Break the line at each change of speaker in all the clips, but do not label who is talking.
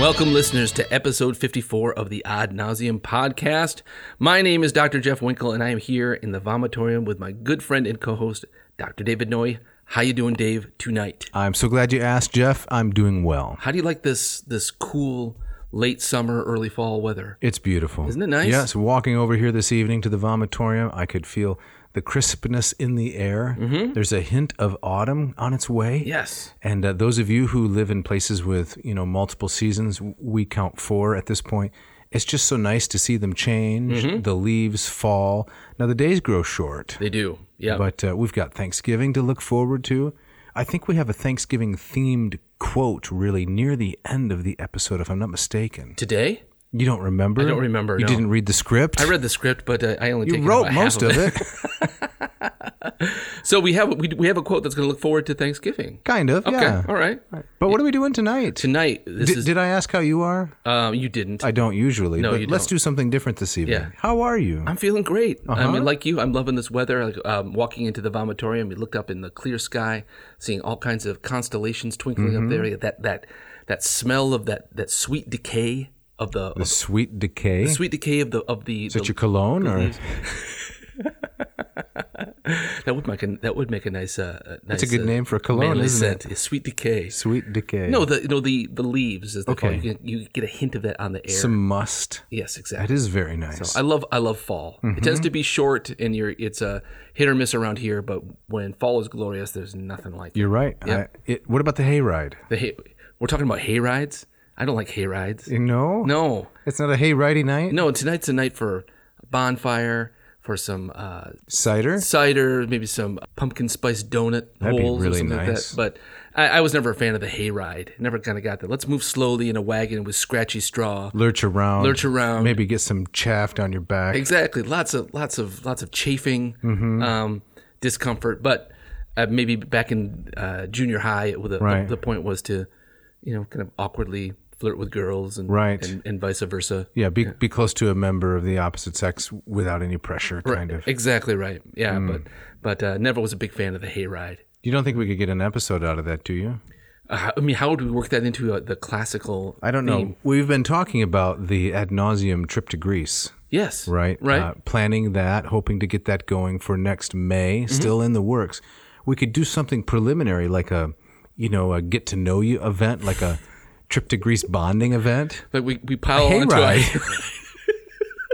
Welcome, listeners, to episode 54 of the Odd Nauseum podcast. My name is Dr. Jeff Winkle, and I am here in the vomitorium with my good friend and co-host, Dr. David Noy. How you doing, Dave? Tonight,
I'm so glad you asked, Jeff. I'm doing well.
how do you like this this cool late summer, early fall weather?
It's beautiful.
Isn't it nice?
Yes, walking over here this evening to the vomitorium, I could feel the crispness in the air.
Mm-hmm.
There's a hint of autumn on its way.
Yes,
And uh, those of you who live in places with, you know, multiple seasons, we count four at this point. It's just so nice to see them change,
Mm-hmm.
the leaves fall. Now the days grow short.
they do. Yeah,
But uh, we've got Thanksgiving to look forward to. I think we have a Thanksgiving themed quote really near the end of the episode, if I'm not mistaken.
today
You don't remember? I
don't remember,
You
no.
didn't read the script?
I read the script, but uh, I only
You
taken
wrote
about
most
half
of it,
So we have we, we have a quote that's going to look forward to Thanksgiving.
kind of.
Okay,
Yeah.
all right.
But what are we doing tonight?
Tonight, this
Did,
is
did I ask how you are?
um, you didn't.
I don't usually.
No,
but
you
let's
don't.
do something different this evening.
Yeah.
How are you?
I'm feeling great. I
Uh-huh.
mean, like you, I'm loving this weather. Like um, walking into the vomitorium, you look up in the clear sky, seeing all kinds of constellations twinkling up there.
Mm-hmm.
That that that smell of that that sweet decay of the,
the
of
sweet decay.
the sweet Mm-hmm. decay of the of the,
Is that
the-
your cologne or
that would make a, that would make a nice uh,
that's a good name for a cologne,
manly
isn't
scent. It? Sweet decay.
it? Sweet decay.
No, the no the the leaves as they call it.
Okay.
You, get- you get a hint of that on the air.
some must.
yes, exactly.
That is very nice.
I love I love fall.
Mm-hmm.
It tends to be short, and you're it's a hit or miss around here. But when fall is glorious, there's nothing like it.
You're right. I, it, what about the hayride?
The hay, we're talking about hay rides. I don't like hay rides.
You know?
No,
It's not a hayridey night.
no. Tonight's a night for a bonfire, for some uh,
Cider.
cider, maybe some pumpkin spice donut
That'd be
holes or
really
something
nice.
like that. But I, I was never a fan of the hay ride. Never kind of got that. Let's move slowly in a wagon with scratchy straw.
Lurch around.
Lurch around.
Maybe get some chaff down your back.
Exactly. Lots of lots of lots of chafing,
Mm-hmm.
um, discomfort. But uh, maybe back in uh, junior high, with the,
Right.
the point was to, you know, kind of awkwardly flirt with girls and
Right.
and, and vice versa.
Yeah, be, be close to a member of the opposite sex without any pressure, kind of. Mm.
Exactly right. Yeah, but but uh, never was a big fan of the hayride.
You don't think we could get an episode out of that, do you?
Uh, I mean, how would we work that into uh, the classical?
I don't know. We've been talking about the ad nauseum trip to Greece,
Yes.
right?
Right.
Uh, planning that, hoping to get that going for next May,
Mm-hmm.
still in the works. We could do something preliminary, like a, you know, a get to know you event, like a trip to Greece bonding event.
But we we pile onto a,
hayride.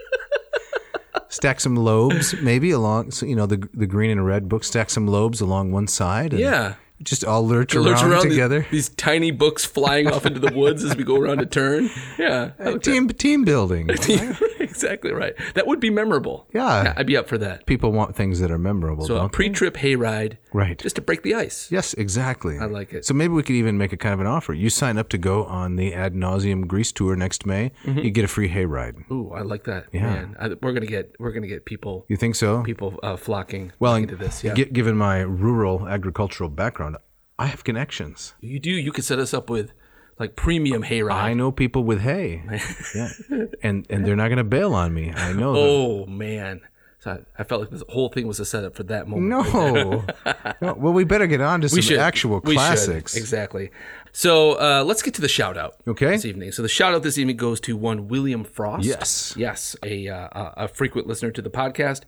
stack some lobes, maybe along so, you know the the green and red book. Stack some lobes along one side. And
Yeah.
just all lurch,
lurch
around,
around these-
together.
These, tiny books flying off into the woods as we go around a turn. Yeah. I like that.
team team building.
exactly right. That would be memorable.
Yeah.
I'd be up for that.
People want things that are memorable,
So a
don't they?
pre-trip hayride,
Right.
Just to break the ice.
Yes, exactly. I
like it.
So maybe we could even make a kind of an offer. You sign up to go on the ad nauseum Greece tour next May.
Mm-hmm.
You get a free hayride.
Ooh, I like that. Yeah, Man, I, we're gonna get we're gonna get people
You think so?
people uh, flocking
well,
into this. Yeah,
gi- given my rural agricultural background, I have connections.
you do. You could set us up with like premium hayride.
I know people with hay. yeah. And and they're not going to bail on me. I know them.
Oh man, so I, I felt like this whole thing was a setup for that moment.
No. no. Well, we better get on to some
should.
actual
We should.
classics.
Exactly. So uh, let's get to the shout out.
Okay.
This evening. So the shout out this evening goes to one William Frost.
Yes.
Yes. A, uh, a- a frequent listener to the podcast.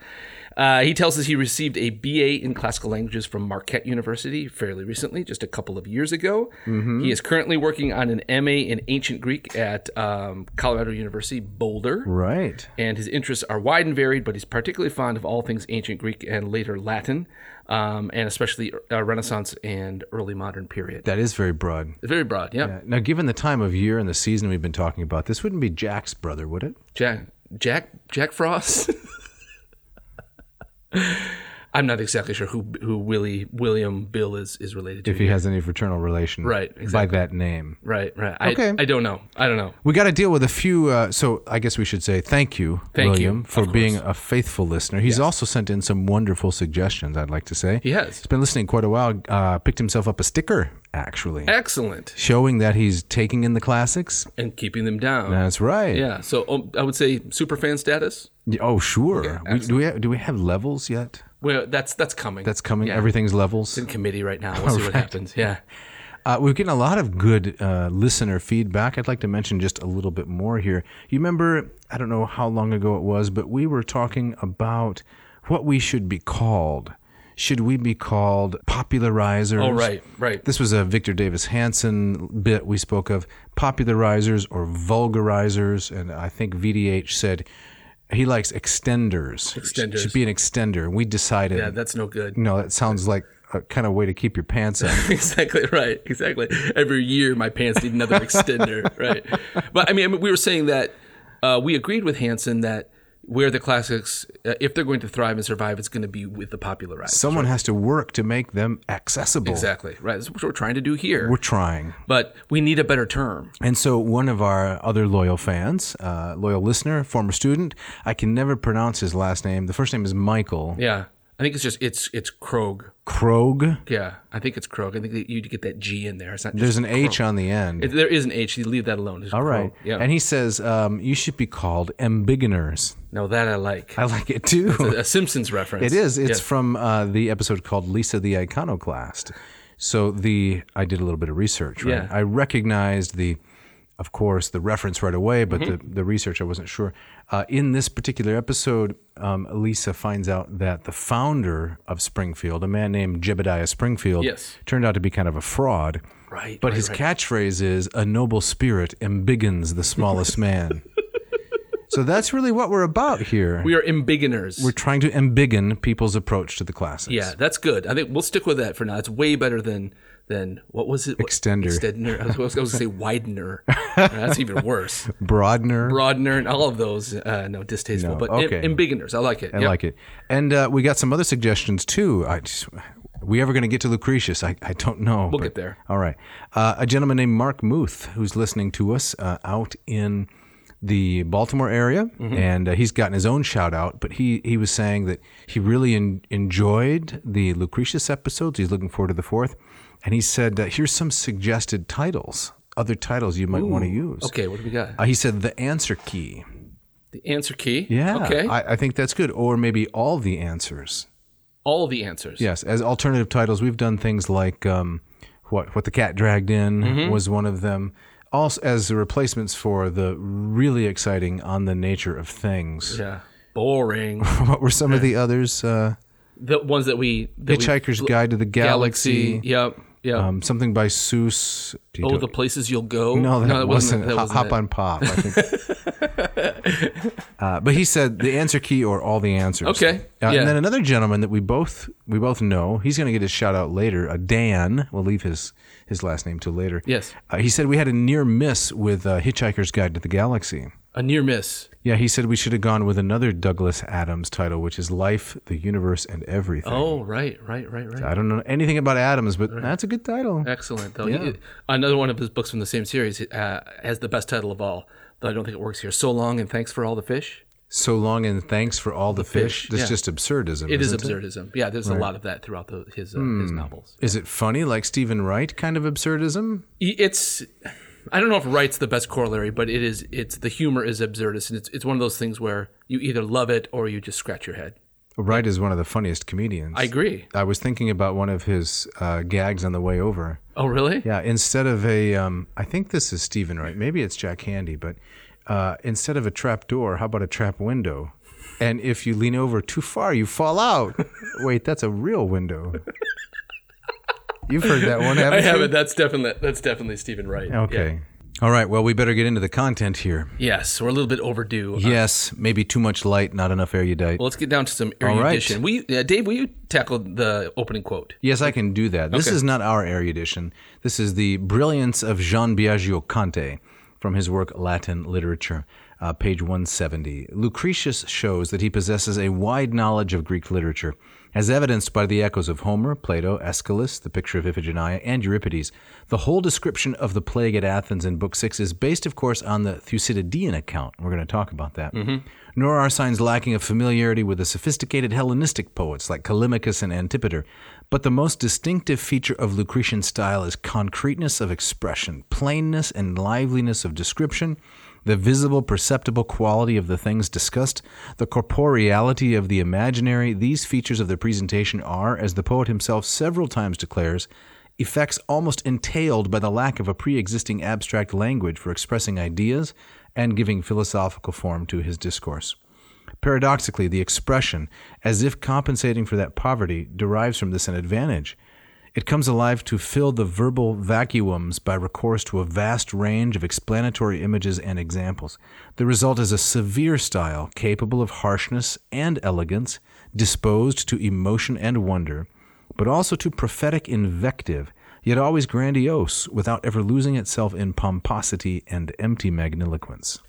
Uh, he tells us he received a BA in classical languages from Marquette University fairly recently, just a couple of years ago.
Mm-hmm.
He is currently working on an MA in ancient Greek at um, Colorado University Boulder
Right.
and his interests are wide and varied, but he's particularly fond of all things ancient Greek and later Latin, um, and especially uh, Renaissance and early modern period.
That is very broad.
Very broad, yeah.
Now, given the time of year and the season we've been talking about, this wouldn't be Jack's brother, would it?
Jack, Jack, Jack Frost. I'm not exactly sure who who Willie William Bill is is related to.
if he has any fraternal relation
Right,
by
exactly.
that name.
right, right. I,
Okay.
I don't know. I don't know.
We got to deal with a few. Uh, so I guess we should say thank you,
Thank you,
William,
of
for
course.
being a faithful listener. He's also sent in some wonderful suggestions. I'd like to say
He has.
He's been listening quite a while. Uh, picked himself up a sticker actually,
Excellent.
showing that he's taking in the classics.
And keeping them down.
That's right.
Yeah. So um, I would say super fan status.
Y- Oh, sure. we, do we have, do we have levels yet?
Well, that's that's coming.
That's coming. Everything's levels.
in committee right now. We'll see what happens. Yeah.
Uh, we've gotten a lot of good uh, listener feedback. I'd like to mention just a little bit more here. You remember, I don't know how long ago it was, but we were talking about what we should be called. Should we be called popularizers?
Oh, right, right.
This was a Victor Davis Hanson bit we spoke of popularizers or vulgarizers. And I think VDH said he likes extenders.
Extenders.
Should be an extender. We decided,
Yeah, that's no good.
no, that sounds like a kind of way to keep your pants up.
exactly right. Exactly. Every year, my pants need another extender. Right. But I mean, I mean, we were saying that uh, we agreed with Hansen that where the classics, uh, if they're going to thrive and survive, it's going to be with the popularized.
Someone has to work to make them accessible.
exactly. Right. That's what we're trying to do here.
We're trying.
but we need a better term.
And so, one of our other loyal fans, uh, loyal listener, former student, I can never pronounce his last name. The first name is Michael
Yeah. I think it's just it's it's Krog.
Krog.
Yeah. I think it's Krog. I think that you get that G in there. It's not. Just,
There's an H on the end.
there is an H. You leave that alone. It's
All right.
Krog. Yeah.
And he says, um, You should be called ambigoners.
no, that I like.
I like it too.
a Simpsons reference.
It is. It's
Yes.
from uh, the episode called Lisa the Iconoclast. So, the I did a little bit of research, right?
Yeah.
I recognized the, of course, the reference right away, but
Mm-hmm.
the, the research I wasn't sure. Uh, in this particular episode, um, Lisa finds out that the founder of Springfield, a man named Jebediah Springfield,
Yes.
turned out to be kind of a fraud.
Right,
But
right,
his
right.
catchphrase is "A noble spirit embiggens the smallest man." so that's really what we're about here.
We are embiggeners.
we're trying to embiggen people's approach to the classics.
Yeah, that's good. I think we'll stick with that for now. It's way better than than what was it? What-
Extender.
Extender. I was, I was going to say widener. that's even worse.
Broadener.
Broadener and all of those. Uh, no, distasteful.
No,
but
okay.
em- embiggeners. I like it.
I like it. And uh, we got some other suggestions too. I just, we ever going to get to Lucretius? I, I don't know.
We'll get there.
All right. Uh, a gentleman named Mark Muth, who's listening to us uh, out in the Baltimore area,
Mm-hmm.
and uh, he's gotten his own shout out, but he, he was saying that he really en- enjoyed the Lucretius episodes. He's looking forward to the fourth. And he said, uh, here's some suggested titles, other titles you might want to use.
Okay, what do we got?
Uh, he said, The Answer Key.
The answer key.
Yeah.
Okay.
I, I think that's good. Or maybe All the Answers.
all the answers.
Yes, as alternative titles, we've done things like um, what what the cat dragged in
Mm-hmm.
was one of them. Also, as replacements for the really exciting on the nature of things.
Yeah. Boring.
What were some of the others? Uh,
the ones that we. That we-
Hitchhiker's Guide to the Galaxy.
Yep. Yep.
Um, something by Seuss. Do you
oh,
know-
the places you'll go.
no, that, wasn't,
that
Hop- Hop
it.
on Pop. I think. uh, but he said the answer key or all the answers.
Okay,
Uh,
yeah.
And then another gentleman that we both we both know. He's going to get his shout out later. Uh, Dan. We'll leave his his last name till later.
Yes.
Uh, he said we had a near miss with uh, Hitchhiker's Guide to the Galaxy.
A near miss.
Yeah, he said we should have gone with another Douglas Adams title, which is Life, the Universe, and Everything.
Oh, right, right, right, right.
I don't know anything about Adams, but that's a good title.
Excellent, though. He- another one of his books from the same series uh, has the best title of all, though I don't think it works here. So long and thanks for all the fish.
So long and thanks for all the, fish.
fish,
That's
yeah.
just absurdism.
It is
isn't Hmm.
absurdism. Yeah, there's a lot of that throughout the, his uh, his novels.
Is it funny, like Stephen Wright kind of absurdism?
I- It's I don't know if right's the best corollary, but it is. It's the humor is absurdist, and it's it's one of those things where you either love it or you just scratch your head.
Wright is one of the funniest comedians.
I agree.
I was thinking about one of his uh, gags on the way over.
Oh, really?
Yeah, instead of a, um, I think this is Stephen Wright. Maybe it's Jack Handy, but uh, instead of a trap door, how about a trap window? And if you lean over too far, you fall out. Wait, that's a real window. You've heard that one, haven't
I
you?
haven't. That's definitely that's definitely Stephen Wright. Yeah.
Okay. All right. Well, we better get into the content here.
Yes, we're a little bit overdue. Uh,
Yes, maybe too much light, not enough erudite.
well, let's get down to some
right.
erudition. Will you, uh, Dave, will you tackle the opening quote?
Yes, I can do that. This
Okay.
is not our erudition. This is the brilliance of Jean Biagio Conte from his work Latin Literature. uh, page 170. Lucretius shows that he possesses a wide knowledge of Greek literature, as evidenced by the echoes of Homer, Plato, Aeschylus, the picture of Iphigenia, and Euripides. The whole description of the plague at Athens in Book 6 is based, of course, on the Thucydidean account. We're going to talk about that. Nor are signs lacking of familiarity with the sophisticated Hellenistic poets like Callimachus and Antipater. But the most distinctive feature of Lucretian style is concreteness of expression, plainness and liveliness of description, the visible, perceptible quality of the things discussed, the corporeality of the imaginary, these features of the presentation are, as the poet himself several times declares, effects almost entailed by the lack of a pre existing abstract language for expressing ideas and giving philosophical form to his discourse. Paradoxically, the expression, as if compensating for that poverty, derives from this an advantage. It comes alive to fill the verbal vacuums by recourse to a vast range of explanatory images and examples. The result is a severe style capable of harshness and elegance, disposed to emotion and wonder, but also to prophetic invective, yet always grandiose, without ever losing itself in pomposity and empty magniloquence.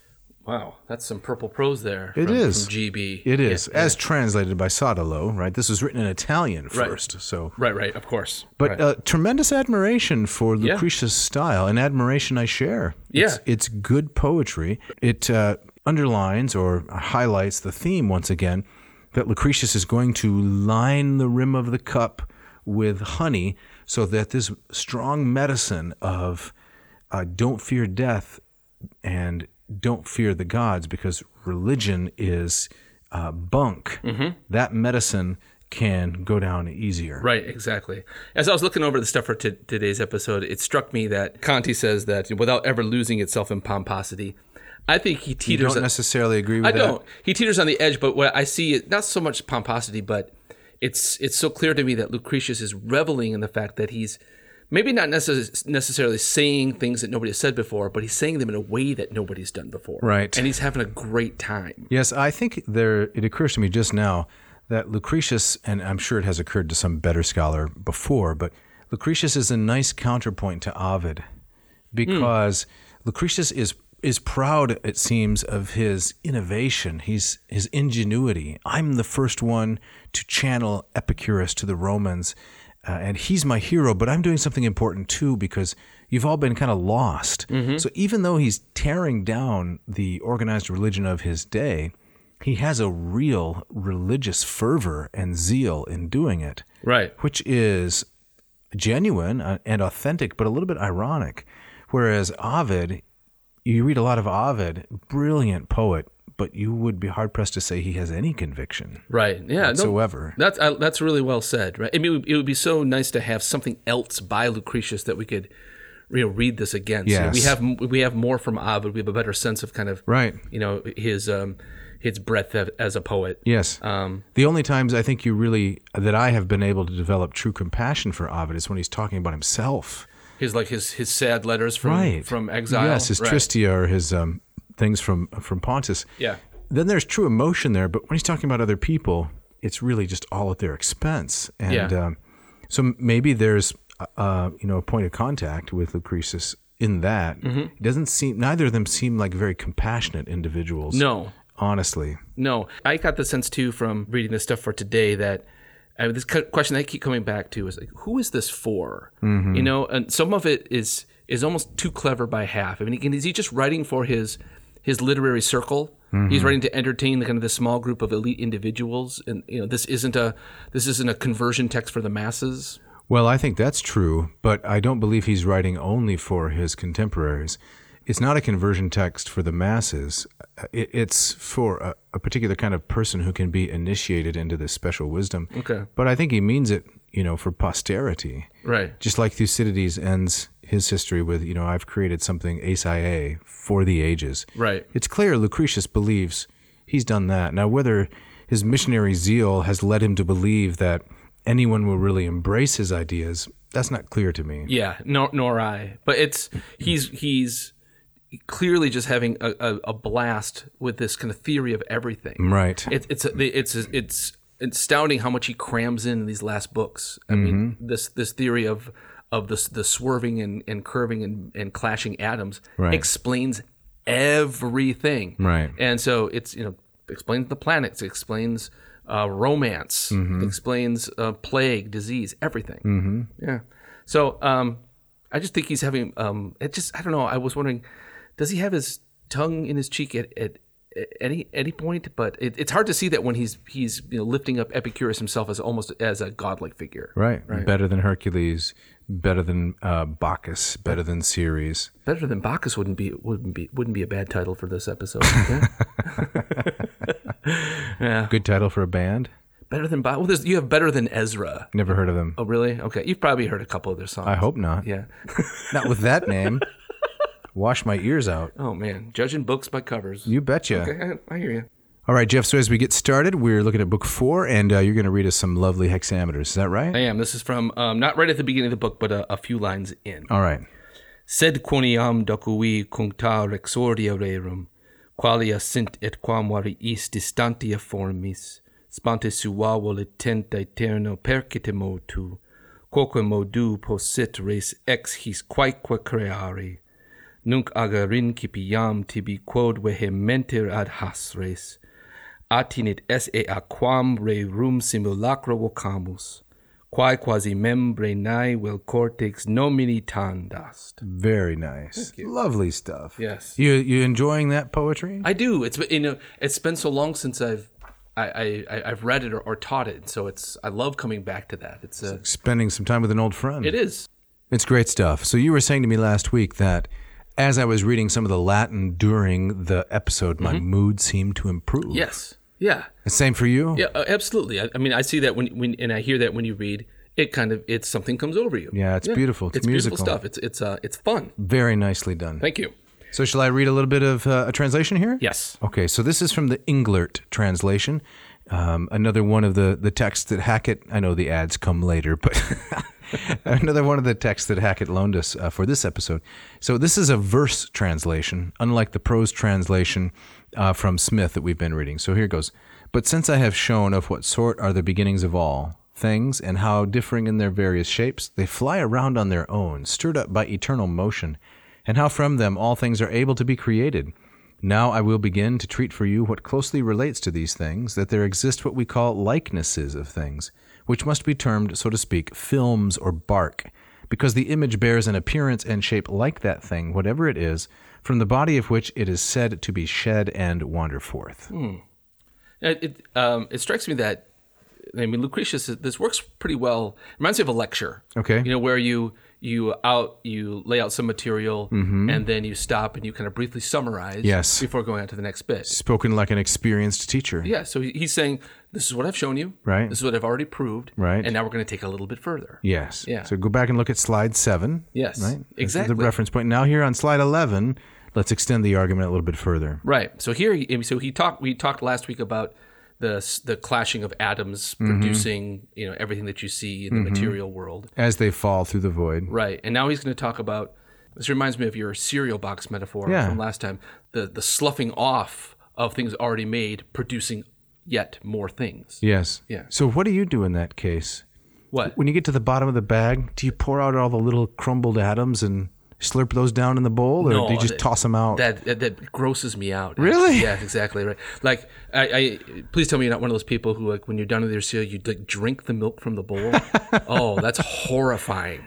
Wow, that's some purple prose there.
It
from,
is.
from GB.
It is, as translated by Sodalo, right? This was written in Italian first, so.
Right, right, of course.
But
Right.
uh, tremendous admiration for Lucretius' style, an admiration I share. It's,
Yeah.
it's good poetry. It uh, underlines or highlights the theme once again that Lucretius is going to line the rim of the cup with honey so that this strong medicine of uh, don't fear death and don't fear the gods because religion is uh, bunk.
Mm-hmm.
That medicine can go down easier.
Right, exactly. As I was looking over the stuff for t- today's episode, it struck me that Conti says that without ever losing itself in pomposity, I think he
You
teeters.
don't necessarily agree with
I
that.
don't. He teeters on the edge, but what I see is not so much pomposity, but it's it's so clear to me that Lucretius is reveling in the fact that he's maybe not necess- necessarily saying things that nobody has said before, but he's saying them in a way that nobody's done before.
Right.
And he's having a great time.
Yes, I think there. It occurs to me just now that Lucretius, and I'm sure it has occurred to some better scholar before, but Lucretius is a nice counterpoint to Ovid, because Lucretius is is proud, it seems, of his innovation. He's his ingenuity. I'm the first one to channel Epicurus to the Romans. uh, and he's my hero, but I'm doing something important too because you've all been kind of lost. So even though he's tearing down the organized religion of his day, he has a real religious fervor and zeal in doing it,
Right.
which is genuine uh, and authentic, but a little bit ironic. Whereas Ovid, you read a lot of Ovid, brilliant poet, but you would be hard pressed to say he has any conviction
Right. Yeah. no-
whatsoever.
That's I, that's really well said, right? I mean, it would, it would be so nice to have something else by Lucretius that we could, you know, read this against. You know, we
Yes.
have m- we have more from Ovid. We have a better sense of kind of
Right.
you know, his um his breadth of, as a poet.
Yes.
Um,
the only times I think you really that I have been able to develop true compassion for Ovid is when he's talking about himself.
His like his his sad letters from from exile.
Yes, his
right.
Tristia or his um, things from from Pontus.
Yeah.
Then there's true emotion there, but when he's talking about other people, it's really just all at their expense. And
Yeah.
um, so maybe there's uh, you know a point of contact with Lucretius in that.
Mm-hmm.
It doesn't seem neither of them seem like very compassionate individuals.
No,
Honestly.
No, I got the sense too from reading this stuff for today that uh, this cu- question I keep coming back to is like, who is this for? You know, and some of it is is almost too clever by half. I mean, again, is he just writing for his his literary circle? He's writing to entertain the kind of the small group of elite individuals, and you know, this isn't a this isn't a conversion text for the masses.
Well, I think that's true, but I don't believe he's writing only for his contemporaries. It's not a conversion text for the masses. Uh, It, it's for a, a particular kind of person who can be initiated into this special wisdom.
Okay.
But I think he means it, you know, for posterity.
Right.
Just like Thucydides ends his history with, you know, I've created something ace ia for the ages.
Right.
It's clear Lucretius believes he's done that. Now, whether his missionary zeal has led him to believe that anyone will really embrace his ideas, that's not clear to me.
Yeah, nor nor I. But it's he's he's clearly just having a, a, a blast with this kind of theory of everything.
Right.
It, it's it's it's it's astounding how much he crams in these last books. I mean,
Mm-hmm.
this this theory of of the the swerving and, and curving and, and clashing atoms
Right.
explains everything.
Right.
And so it's you know explains the planets, explains uh, romance,
Mm-hmm.
explains uh, plague, disease, everything. Mm-hmm. Yeah. So um, I just think he's having um, it. Just I don't know. I was wondering, does he have his tongue in his cheek at, at any any point? But it, it's hard to see that when he's he's you know lifting up Epicurus himself as almost as a godlike figure.
Right. Better than Hercules, better than uh, Bacchus, better than Ceres.
Better than Bacchus wouldn't be wouldn't be wouldn't be a bad title for this episode. Yeah.
Good title for a band.
better than Bacchus. Well, there's, you have better than Ezra.
Never heard of them.
Oh, really? Okay. You've probably heard a couple of their songs.
I hope not.
Yeah.
Not with that name. Wash my ears out.
Oh man, judging books by covers.
You betcha.
Okay, I, I hear you.
All right, Jeff. So as we get started, we're looking at book four, and uh, you're going to read us some lovely hexameters. Is that right?
I am. This is from um, not right at the beginning of the book, but a, a few lines in.
All right.
Sed quoniam docui cuncta rexordia rerum, qualia sint et quam variis distantia formis, sponte sua volitent aeterno percitimo tu, quoque modu possit res ex his quaeque creare, nunc agarin cipiam tibi quod vehementer ad has res, attinit esse a quam rerum simulacra vocamus, quae quasi membre nae vel cortex nomini tandast.
Very nice. Lovely stuff.
Yes.
You you enjoying that poetry?
I do. It's been- you know it's been so long since I've I, I I- I've read it or, or taught it, so it's I love coming back to that. It's a
Spending some time with an old friend.
it is
It's great stuff. So you were saying to me last week that as I was reading some of the Latin during the episode, my mood seemed to improve.
yes Mm-hmm. yeah
The same for you?
yeah uh, absolutely. I, I mean I see that when when and I hear that when you read it, kind of it's something comes over you.
Yeah, it's beautiful. It's
it's beautiful
musical.
stuff. It's it's uh it's fun.
Very nicely done.
Thank you.
So shall I read a little bit of uh, a translation here?
Yes.
Okay, so this is from the Englert translation. Um, another one of the, the texts that Hackett, I know the ads come later, but another one of the texts that Hackett loaned us uh, for this episode. So this is a verse translation, unlike the prose translation uh, from Smith that we've been reading. So here it goes. But since I have shown of what sort are the beginnings of all things, and how differing in their various shapes, they fly around on their own, stirred up by eternal motion, and how from them all things are able to be created. Now I will begin to treat for you what closely relates to these things, that there exist what we call likenesses of things, which must be termed, so to speak, films or bark, because the image bears an appearance and shape like that thing, whatever it is, from the body of which it is said to be shed and wander forth.
Hmm. It it, um, it strikes me that I mean Lucretius this works pretty well. Reminds me of a lecture.
Okay.
You know where you you out you lay out some material and then you stop and you kind of briefly summarize
Mm-hmm. Yes.
before going on to the next bit.
Spoken like an experienced teacher.
Yeah, so he- he's saying this is what I've shown you.
Right.
This is what I've already proved.
Right.
And now we're going to take it a little bit further.
Yes.
Yeah.
So go back and look at slide seven.
Yes,
Right? This is
exactly.
The reference point. Now, here on slide 11, let's extend the argument a little bit further.
Right. So here, he- so he talked. We talked last week about the s- the clashing of atoms
Mm-hmm.
producing you know everything that you see in the material world.
As they fall through the void.
Right. And now he's going to talk about. This reminds me of your cereal box metaphor
Yeah.
from last time. The the sloughing off of things already made, producing yet more things.
Yes.
Yeah.
So what do you do in that case?
What?
When you get to the bottom of the bag, do you pour out all the little crumbled atoms and slurp those down in the bowl, or
No,
do you just
that-
toss them out?
That, that that grosses me out.
Really?
Yeah, exactly right. Like I, I, please tell me you're not one of those people who like when you're done with your cereal, you like drink the milk from the bowl. oh, that's horrifying,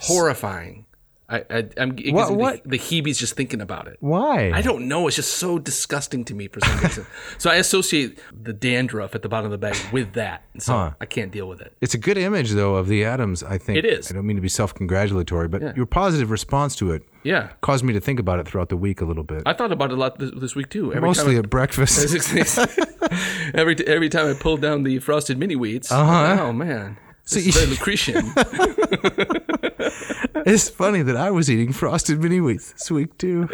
horrifying. I, I I'm it gives
What-
me
what?
The, the heebies just thinking about it.
Why?
I don't know. It's just so disgusting to me for some reason. so I associate the dandruff at the bottom of the bag with that. And so I can't deal with it.
it's a good image, though, of the atoms. I think
It is.
I don't mean to be self-congratulatory, but your positive response to it
Yeah.
caused me to think about it throughout the week a little bit.
I thought about it a lot this, this week too. Every time I-
Mostly at breakfast.
every t- every time I pull down the frosted mini wheats.
Uh-huh.
Oh man, this is very Lucretian.
it's funny that I was eating frosted mini wheats this week too.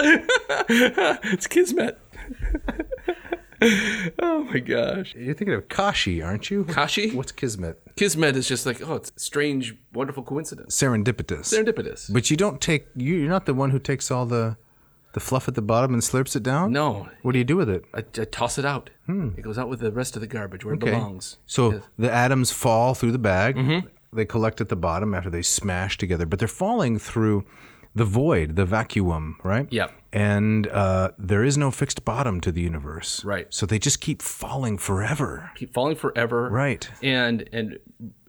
it's kismet. oh my gosh,
You're thinking of kashi, aren't you?
Kashi?
What's kismet?
kismet is just like oh, it's strange, wonderful coincidence,
Serendipitous.
serendipitous.
But you don't take. You, you're not the one who takes all the, the fluff at the bottom and slurps it down.
No,
What do you do with it?
I, I toss it out. It goes out with the rest of the garbage where it belongs.
Hmm. So the atoms
Mm-hmm.
fall through the bag. They collect at the bottom after they smash together, but they're falling through the void, the vacuum, right?
Yep.
And uh, there is no fixed bottom to the universe.
Right.
So they just keep falling forever.
keep falling forever.
Right.
And and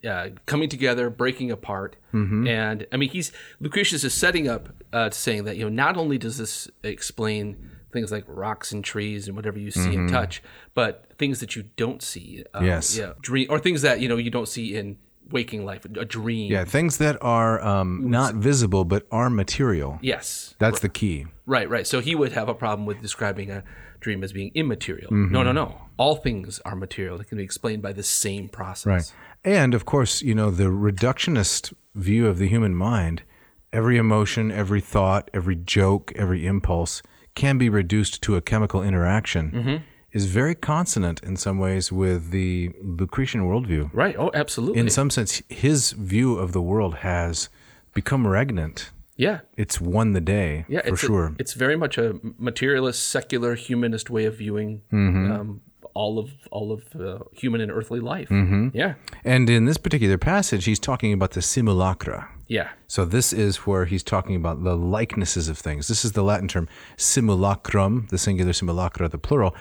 uh, coming together, breaking apart.
Mm-hmm.
And I mean, he's Lucretius is setting up uh, to saying that you know not only does this explain things like rocks and trees and whatever you see and touch, but things that you don't see. Um,
Mm-hmm. Yes.
Yeah. Dream or things that you know you don't see in waking life, a dream.
Yeah, things that are um, not visible but are material.
Yes.
That's the key.
Right, right. So he would have a problem with describing a dream as being immaterial.
Mm-hmm.
No, no, no. All things are material. They can be explained by the same process.
And of course, you know, the reductionist view of the human mind, every emotion, every thought, every joke, every impulse can be reduced to a chemical interaction,
Mm-hmm.
is very consonant in some ways with the Lucretian worldview.
Right. Oh, absolutely.
In some sense, his view of the world has become regnant.
yeah.
It's won the day
yeah,
for
it's a-
sure.
it's very much a materialist, secular, humanist way of viewing
Mm-hmm.
um, all of all of uh, human and earthly life.
Mm-hmm.
Yeah,
and in this particular passage, he's talking about the simulacra.
yeah,
So this is where he's talking about the likenesses of things. This is the Latin term simulacrum, the singular simulacra, the plural.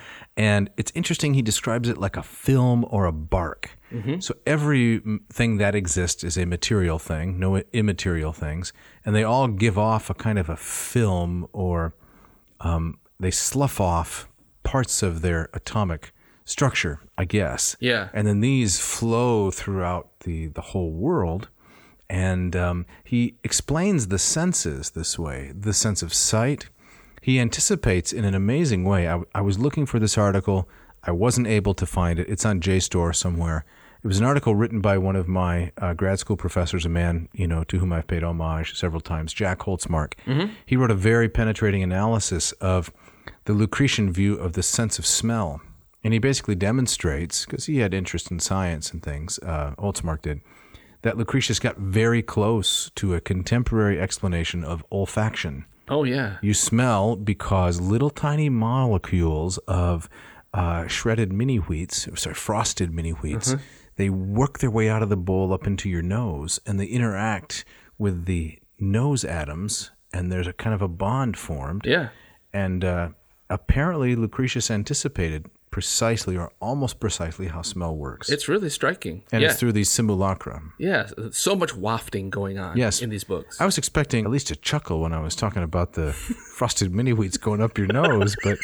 And it's interesting he describes it like a film or a bark. So every m- thing that exists is a material thing, no i- immaterial things, and they all give off a kind of a film or um, they slough off parts of their atomic structure, I guess.
Yeah.
And then these flow throughout the the whole world. And um, he explains the senses this way the sense of sight. He anticipates in an amazing way. I, I was looking for this article. I wasn't able to find it. It's on JSTOR somewhere. It was an article written by one of my uh, grad school professors, a man you know to whom I've paid homage several times, Jack Holtzmark. He wrote a very penetrating analysis of the Lucretian view of the sense of smell. And he basically demonstrates, because he had interest in science and things, uh, Holtzmark did, that Lucretius got very close to a contemporary explanation of olfaction.
oh yeah,
You smell because little tiny molecules of uh, shredded mini wheats, or sorry, frosted mini wheats, they work their way out of the bowl up into your nose and they interact with the nose atoms, and there's a kind of a bond formed.
yeah.
And uh, apparently, Lucretius anticipated precisely or almost precisely how smell works.
It's really striking.
and
yeah,
it's through these simulacra.
yeah. So much wafting going on.
Yes.
in these books.
I was expecting at least a chuckle when I was talking about the frosted mini wheats going up your nose, but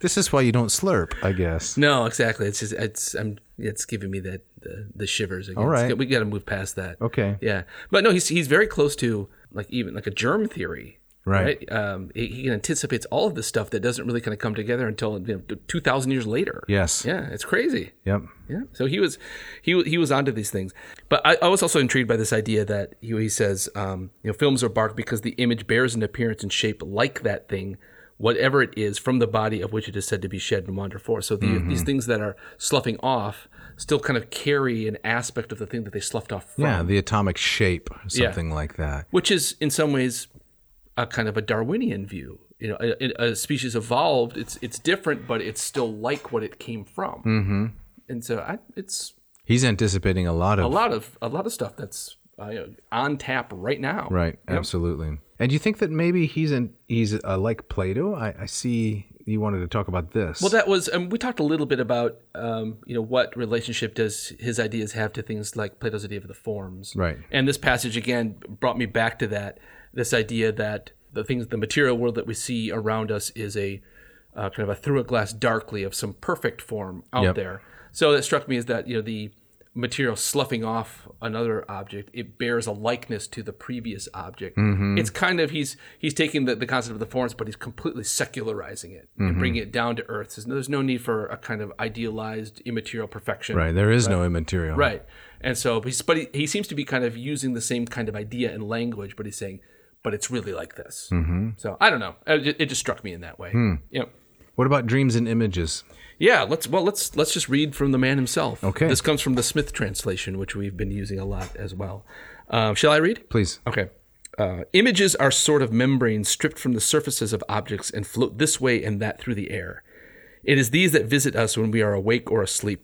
this is why you don't slurp, I guess.
no, exactly. It's just it's I'm it's giving me that the, the shivers. Again. All
right.
we got to move past that.
Okay.
Yeah, but no, he's he's very close to like even like a germ theory.
Right.
Um, he, he anticipates all of this stuff that doesn't really kind of come together until you know, two thousand years later.
Yes.
Yeah, it's crazy.
Yep.
Yeah. So he was he wa- he was onto these things. But I, I was also intrigued by this idea that he, he says, um, you know, films are bark because the image bears an appearance and shape like that thing, whatever it is, from the body of which it is said to be shed and wander forth. So the,
Mm-hmm.
these things that are sloughing off still kind of carry an aspect of the thing that they sloughed off from
Yeah, the atomic shape, something like that.
which is in some ways a kind of a Darwinian view. You know, a, a- a species evolved. It's it's different, but it's still like what it came from. Mm-hmm. And so I, it's
He's anticipating a lot of
a lot of a lot of stuff that's uh, on tap right now.
right, absolutely. And you think that maybe he's in, he's uh, like Plato? I, I see you wanted to talk about this.
Well, that was, um, we talked a little bit about, um, you know, what relationship does his ideas have to things like Plato's idea of the forms,
Right.
And this passage again brought me back to that, this idea that the things, the material world that we see around us is a uh, kind of a through a glass darkly of some perfect form out
Yep.
there. So that struck me as that you know the material sloughing off another object it bears a likeness to the previous object
Mm-hmm.
it's kind of he's he's taking the, the concept of the forms but he's completely secularizing it
Mm-hmm.
and bringing it down to earth so there's no need for a kind of idealized immaterial perfection
right, there is no immaterial.
right and so he's but he, he seems to be kind of using the same kind of idea and language but he's saying but it's really like this mm-hmm. so i don't know it ju- it just struck me in that way yeah
What about dreams and images?
yeah, let's well let's let's just read from the man himself.
Okay.
This comes from the Smith translation, which we've been using a lot as well. Um, shall I read?
Please.
Okay. Uh, images are sort of membranes stripped from the surfaces of objects and float this way and that through the air. It is these that visit us when we are awake or asleep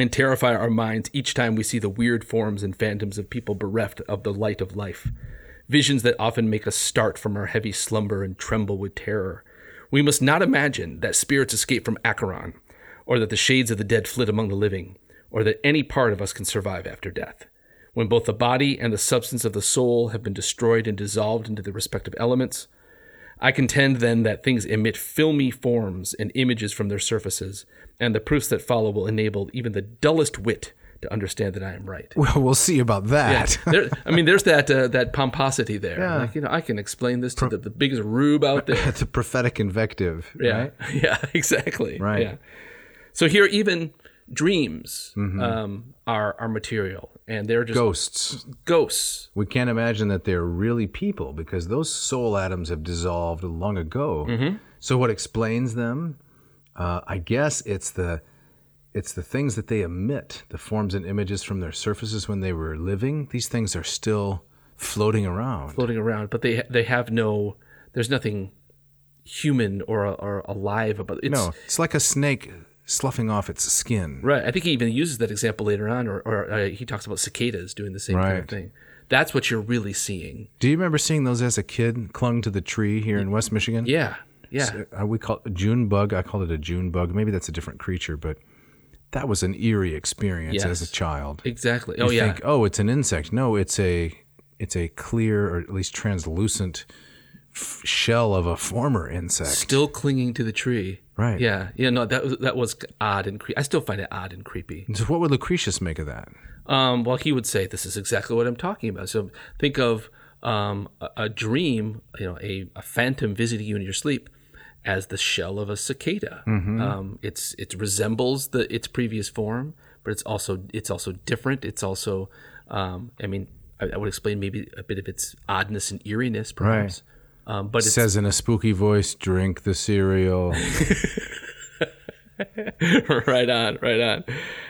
and terrify our minds each time we see the weird forms and phantoms of people bereft of the light of life. visions that often make us start from our heavy slumber and tremble with terror. We must not imagine that spirits escape from Acheron, or that the shades of the dead flit among the living, or that any part of us can survive after death. When both the body and the substance of the soul have been destroyed and dissolved into their respective elements, I contend then that things emit filmy forms and images from their surfaces, and the proofs that follow will enable even the dullest wit to understand that I am right.
Well, we'll see about that.
There, I mean, there's that uh, that pomposity there. Like, you know, I can explain this to the, the biggest rube out there.
That's a prophetic invective.
Yeah. Yeah, exactly.
Right.
Yeah. So here, even dreams um, are are material, and they're just
Mm-hmm. Ghosts.
ghosts.
We can't imagine that they're really people because those soul atoms have dissolved long ago. So what explains them? Uh, I guess it's the it's the things that they emit, the forms and images from their surfaces when they were living. These things are still floating around.
floating around, but they they have no. There's nothing human or or alive about it.
no, it's like a snake sloughing off its skin.
Right. I think he even uses that example later on, or, or uh, he talks about cicadas doing the same kind of
Right.
thing. That's what you're really seeing.
Do you remember seeing those as a kid clung to the tree here in West Michigan?
Yeah. Yeah.
uh, we call it a June bug. I call it a June bug. Maybe that's a different creature, but that was an eerie experience as
Yes.
a child.
exactly.
You
oh yeah.
think, oh, it's an insect. No, it's a it's a clear or at least translucent f- shell of a former insect.
Still clinging to the tree.
Right.
Yeah. Yeah. No, that was that was odd and creepy. I still find it odd and creepy.
So what would Lucretius make of that?
Um, well, he would say this is exactly what I'm talking about. So think of um, a, a dream, you know, a, a phantom visiting you in your sleep, as the shell of a cicada. Um, it's it resembles the its previous form, but it's also it's also different. It's also, um, I mean, I, I would explain maybe a bit of its oddness and eeriness, perhaps. Um, but it's,
Says in a spooky voice, "Drink the cereal."
right on, right on.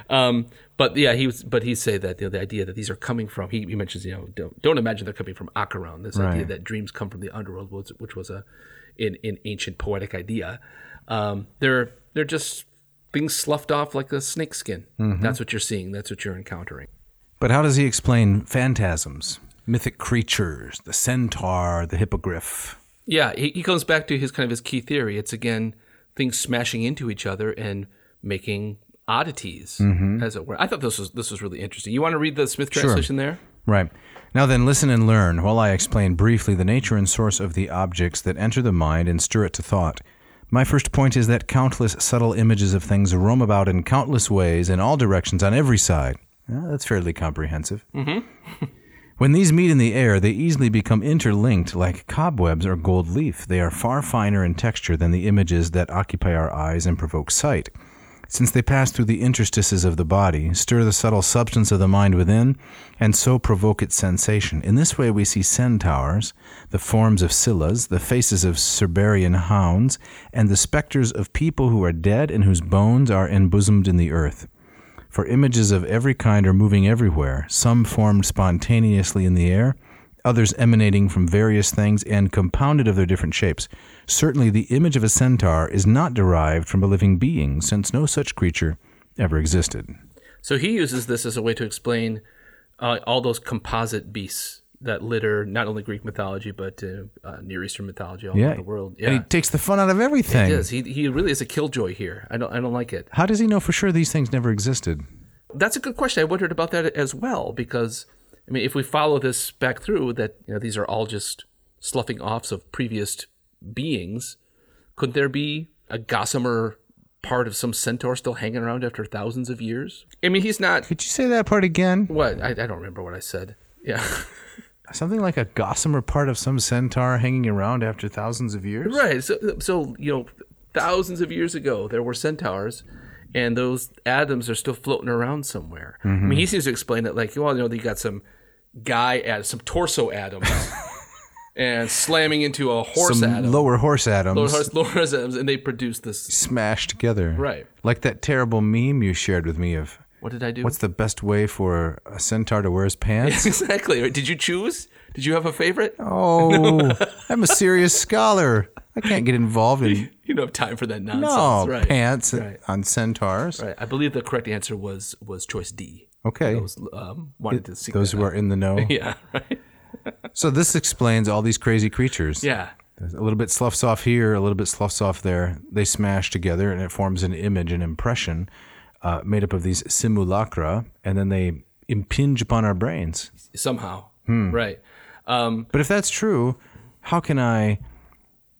Um, but yeah, he was. But he say that you know, the idea that these are coming from. He, he mentions you know don't, don't imagine they're coming from Acheron. This idea
Right.
that dreams come from the underworld, which, which was a an, an ancient poetic idea. Um, they're they're just things sloughed off like a snake skin. That's what you're seeing. That's what you're encountering.
but how does he explain phantasms, mythic creatures, the centaur, the hippogriff?
Yeah, he, he comes back to his kind of his key theory. It's again things smashing into each other and making oddities, as it were. I thought this was this was really interesting. You want to read the Smith translation there?
Right. Now then, listen and learn while I explain briefly the nature and source of the objects that enter the mind and stir it to thought. My first point is that countless subtle images of things roam about in countless ways in all directions on every side. Yeah, that's fairly comprehensive. Mm-hmm. when these meet in the air, they easily become interlinked like cobwebs or gold leaf. They are far finer in texture than the images that occupy our eyes and provoke sight. Since they pass through the interstices of the body, stir the subtle substance of the mind within, and so provoke its sensation. In this way, we see centaurs, the forms of Scyllas, the faces of Cerberian hounds, and the specters of people who are dead and whose bones are embosomed in the earth. For images of every kind are moving everywhere, some formed spontaneously in the air, others emanating from various things and compounded of their different shapes. Certainly, the image of a centaur is not derived from a living being, since no such creature ever existed.
So he uses this as a way to explain uh, all those composite beasts that litter not only Greek mythology but uh, uh, Near Eastern mythology all over the world. Yeah,
And he takes the fun out of everything.
he is. He, he really is a killjoy here. I don't I don't like it.
How does he know for sure these things never existed?
That's a good question. I wondered about that as well because I mean, if we follow this back through, that you know these are all just sloughing offs of previous beings. Could there be a gossamer part of some centaur still hanging around after thousands of years? I mean, he's not.
Could you say that part again?
What I, I don't remember what I said. Yeah.
Something like a gossamer part of some centaur hanging around after thousands of years?
Right. So, so you know, thousands of years ago, there were centaurs, and those atoms are still floating around somewhere. I mean, he
Mm-hmm.
seems to explain it like, well, you know, you got some guy at some torso atoms, and slamming into a horse
Some
atom,
lower horse atoms.
lower horse, lower horse atoms, and they produce this.
smashed together.
Right.
Like that terrible meme you shared with me of
What did I do?
what's the best way for a centaur to wear his pants?
exactly? right. Did you choose? Did you have a favorite?
Oh, I'm a serious scholar. I can't get involved in
You don't have time for that nonsense,
no
right?
pants on centaurs.
Right. I believe the correct answer was was choice D.
Okay.
Those, um, wanted to see
Those who are in the know.
Yeah. Right.
So this explains all these crazy creatures.
Yeah.
There's A little bit sloughs off here, a little bit sloughs off there. They smash together and it forms an image, an impression uh, made up of these simulacra, and then they impinge upon our brains.
Somehow.
Hmm.
Right.
But if that's true, how can I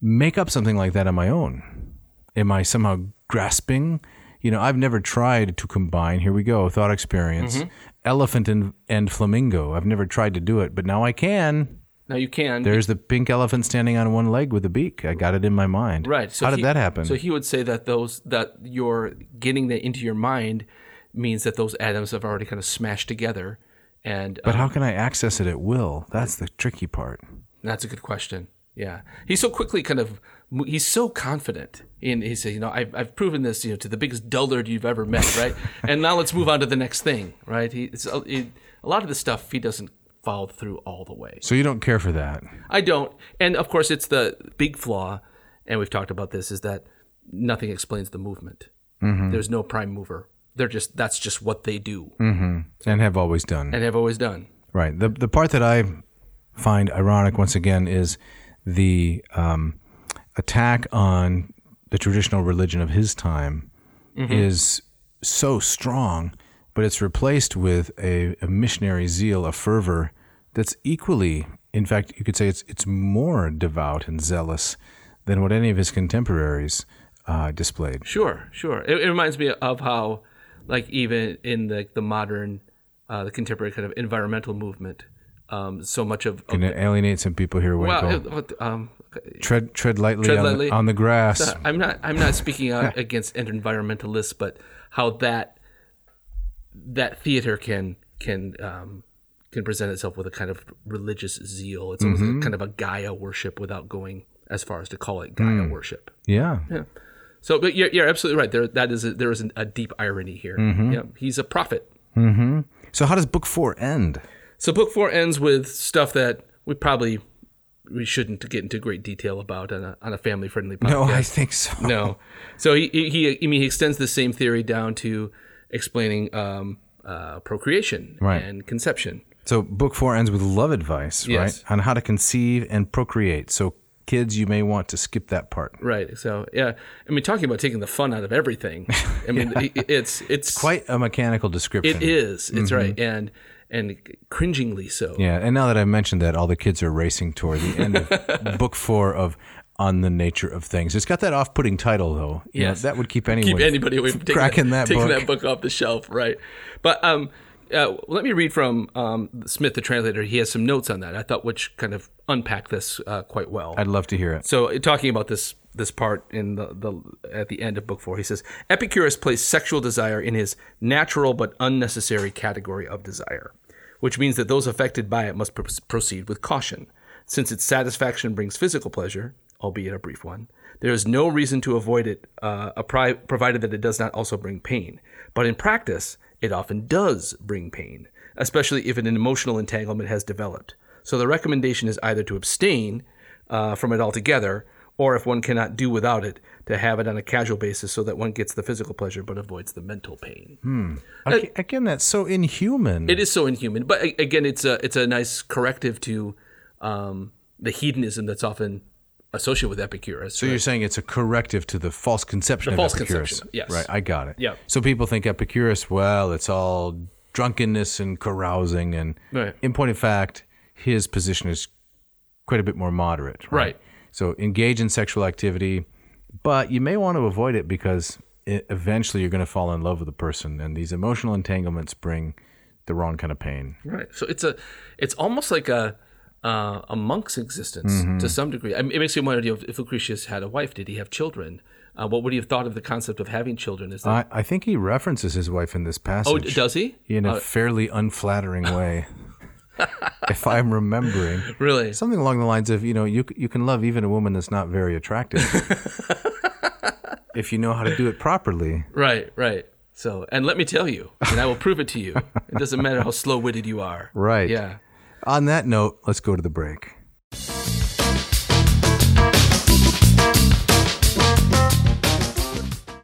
make up something like that on my own? Am I somehow grasping? You know, I've never tried to combine, here we go, thought experience,
Mm-hmm.
elephant and, and flamingo. I've never tried to do it, but now I can.
Now you can.
There's the pink elephant standing on one leg with a beak. I got it in my mind.
Right.
how did
he-
that happen?
So he would say that those that you're getting that into your mind means that those atoms have already kind of smashed together, and
but
uh,
how can I access it at will? That's the tricky part.
that's a good question. Yeah, he's so quickly kind of mo- he's so confident in he says you know I've, I've proven this you know to the biggest dullard you've ever met right and now let's move on to the next thing right he it's, uh, it, a lot of the stuff he doesn't follow through all the way
So you don't care for that.
I don't. And of course, it's the big flaw, and we've talked about this, is that nothing explains the movement. There's no prime mover. They're just that's just what they do
And have always done.
and have always done.
Right. The the part that I find ironic once again is the um, attack on the traditional religion of his time
Mm-hmm.
is so strong, but it's replaced with a, a missionary zeal, a fervor that's equally, in fact, you could say it's it's more devout and zealous than what any of his contemporaries uh, displayed.
Sure, sure. It, it reminds me of how, like, even in the the modern, uh, the contemporary kind of environmental movement, um, so much of, of
And it alienates some people here. Well,
well, it- what, um,
tread tread lightly,
Tread
on, the-
lightly.
on the grass.
Uh, I'm not I'm not speaking out against environmentalists, but how that that theater can can um, can present itself with a kind of religious zeal. It's almost
Mm-hmm.
a kind of a Gaia worship without going as far as to call it Gaia
Mm.
worship.
yeah.
So, but you're, you're absolutely right. There that is a, there is an, a deep irony here.
Mm-hmm.
Yeah, he's a prophet.
So how does book four end?
So book four ends with stuff that we probably we shouldn't get into great detail about on a, on a family friendly podcast.
No, I think so.
no. So he, he, he, I mean, he extends the same theory down to explaining um, uh, procreation
Right.
and conception.
So book four ends with love advice,
Yes.
right? On how to conceive and procreate. So kids, you may want to skip that part.
Right. So yeah, I mean, talking about taking the fun out of everything. I mean, i- i- it's it's
Quite a mechanical description.
it is. It's right, and and cringingly so.
Yeah, and now that I've mentioned that, all the kids are racing toward the end of book four of On the Nature of Things. It's got that off-putting title though. You know,
Yes.
that would keep anyone
keep anybody away from taking,
cracking
that,
that,
taking
book.
that book off the shelf, right? But um, uh, let me read from um, Smith, the translator. He has some notes on that. I thought which kind of unpack this uh, quite well.
I'd love to hear it.
So talking about this this part in the, the at the end of book four, he says Epicurus placed sexual desire in his natural but unnecessary category of desire, which means that those affected by it must pr- proceed with caution, since its satisfaction brings physical pleasure, albeit a brief one. There is no reason to avoid it, uh, appri- provided that it does not also bring pain. But in practice, it often does bring pain, especially if an emotional entanglement has developed. So the recommendation is either to abstain uh, from it altogether, or if one cannot do without it, to have it on a casual basis so that one gets the physical pleasure but avoids the mental pain.
Aga- Again, that's so inhuman.
Uh, It is so inhuman, but a- again, it's a it's a nice corrective to um, the hedonism that's often associated with Epicurus.
So you're saying it's a corrective to the false conception
The
of
false
Epicurus.
conception, yes.
Right, I got it.
Yeah.
So people think Epicurus, well, it's all drunkenness and carousing and
Right.
in point of fact, his position is quite a bit more moderate.
Right.
So engage in sexual activity, but you may want to avoid it because e- eventually you're going to fall in love with a person and these emotional entanglements bring the wrong kind of pain.
Right. So it's a, it's almost like a, uh, a monk's existence to some degree. I mean, it makes me wonder you know, if Lucretius had a wife, did he have children? Uh, what would he have thought of the concept of having children? Is that?
I, I think he references his wife in this passage.
oh, d- does he?
in a fairly unflattering way, if I'm remembering.
Really?
Something along the lines of, you know, you c- you can love even a woman that's not very attractive if you know how to do it properly.
Right. Right. So, and let me tell you, and I will prove it to you. It doesn't matter how slow witted you are.
Right.
Yeah.
On that note, let's go to the break.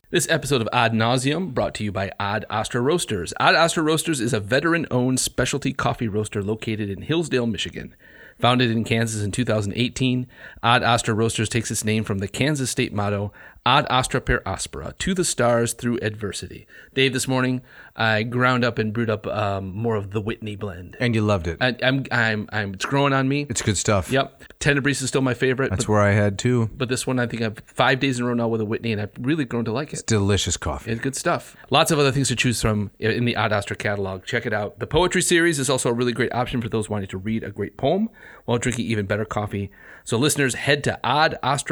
This episode of Odd Nauseum brought to you by Odd Oster Roasters. Odd Oster Roasters is a veteran owned specialty coffee roaster located in Hillsdale, Michigan. Founded in Kansas in 2018, Odd Oster Roasters takes its name from the Kansas state motto, Ad Astra Per Aspera, to the stars through adversity. Dave, this morning, I ground up and brewed up um, more of the Whitney blend.
And you loved it.
I, I'm, I'm, I'm, it's growing on me.
It's good stuff.
Yep. Tender Breeze is still my favorite.
That's where I had too.
but this one I think I've five days in a row now with a Whitney, and I've really grown to like it.
Delicious coffee.
It's good stuff. Lots of other things to choose from in the Ad Astra catalog. Check it out. The poetry series is also a really great option for those wanting to read a great poem while drinking even better coffee. So listeners, head to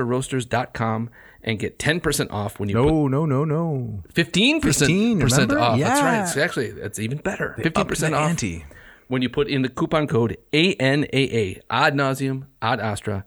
oddastraroasters.com and get 10% off when you put
no, no, no, no.
15%,
15,
percent
remember?
off. That's right.
Yeah.
It's actually, that's even better.
upped
15%
the
off
ante.
when you put in the coupon code ANAA, Ad Nauseum, Ad Astra,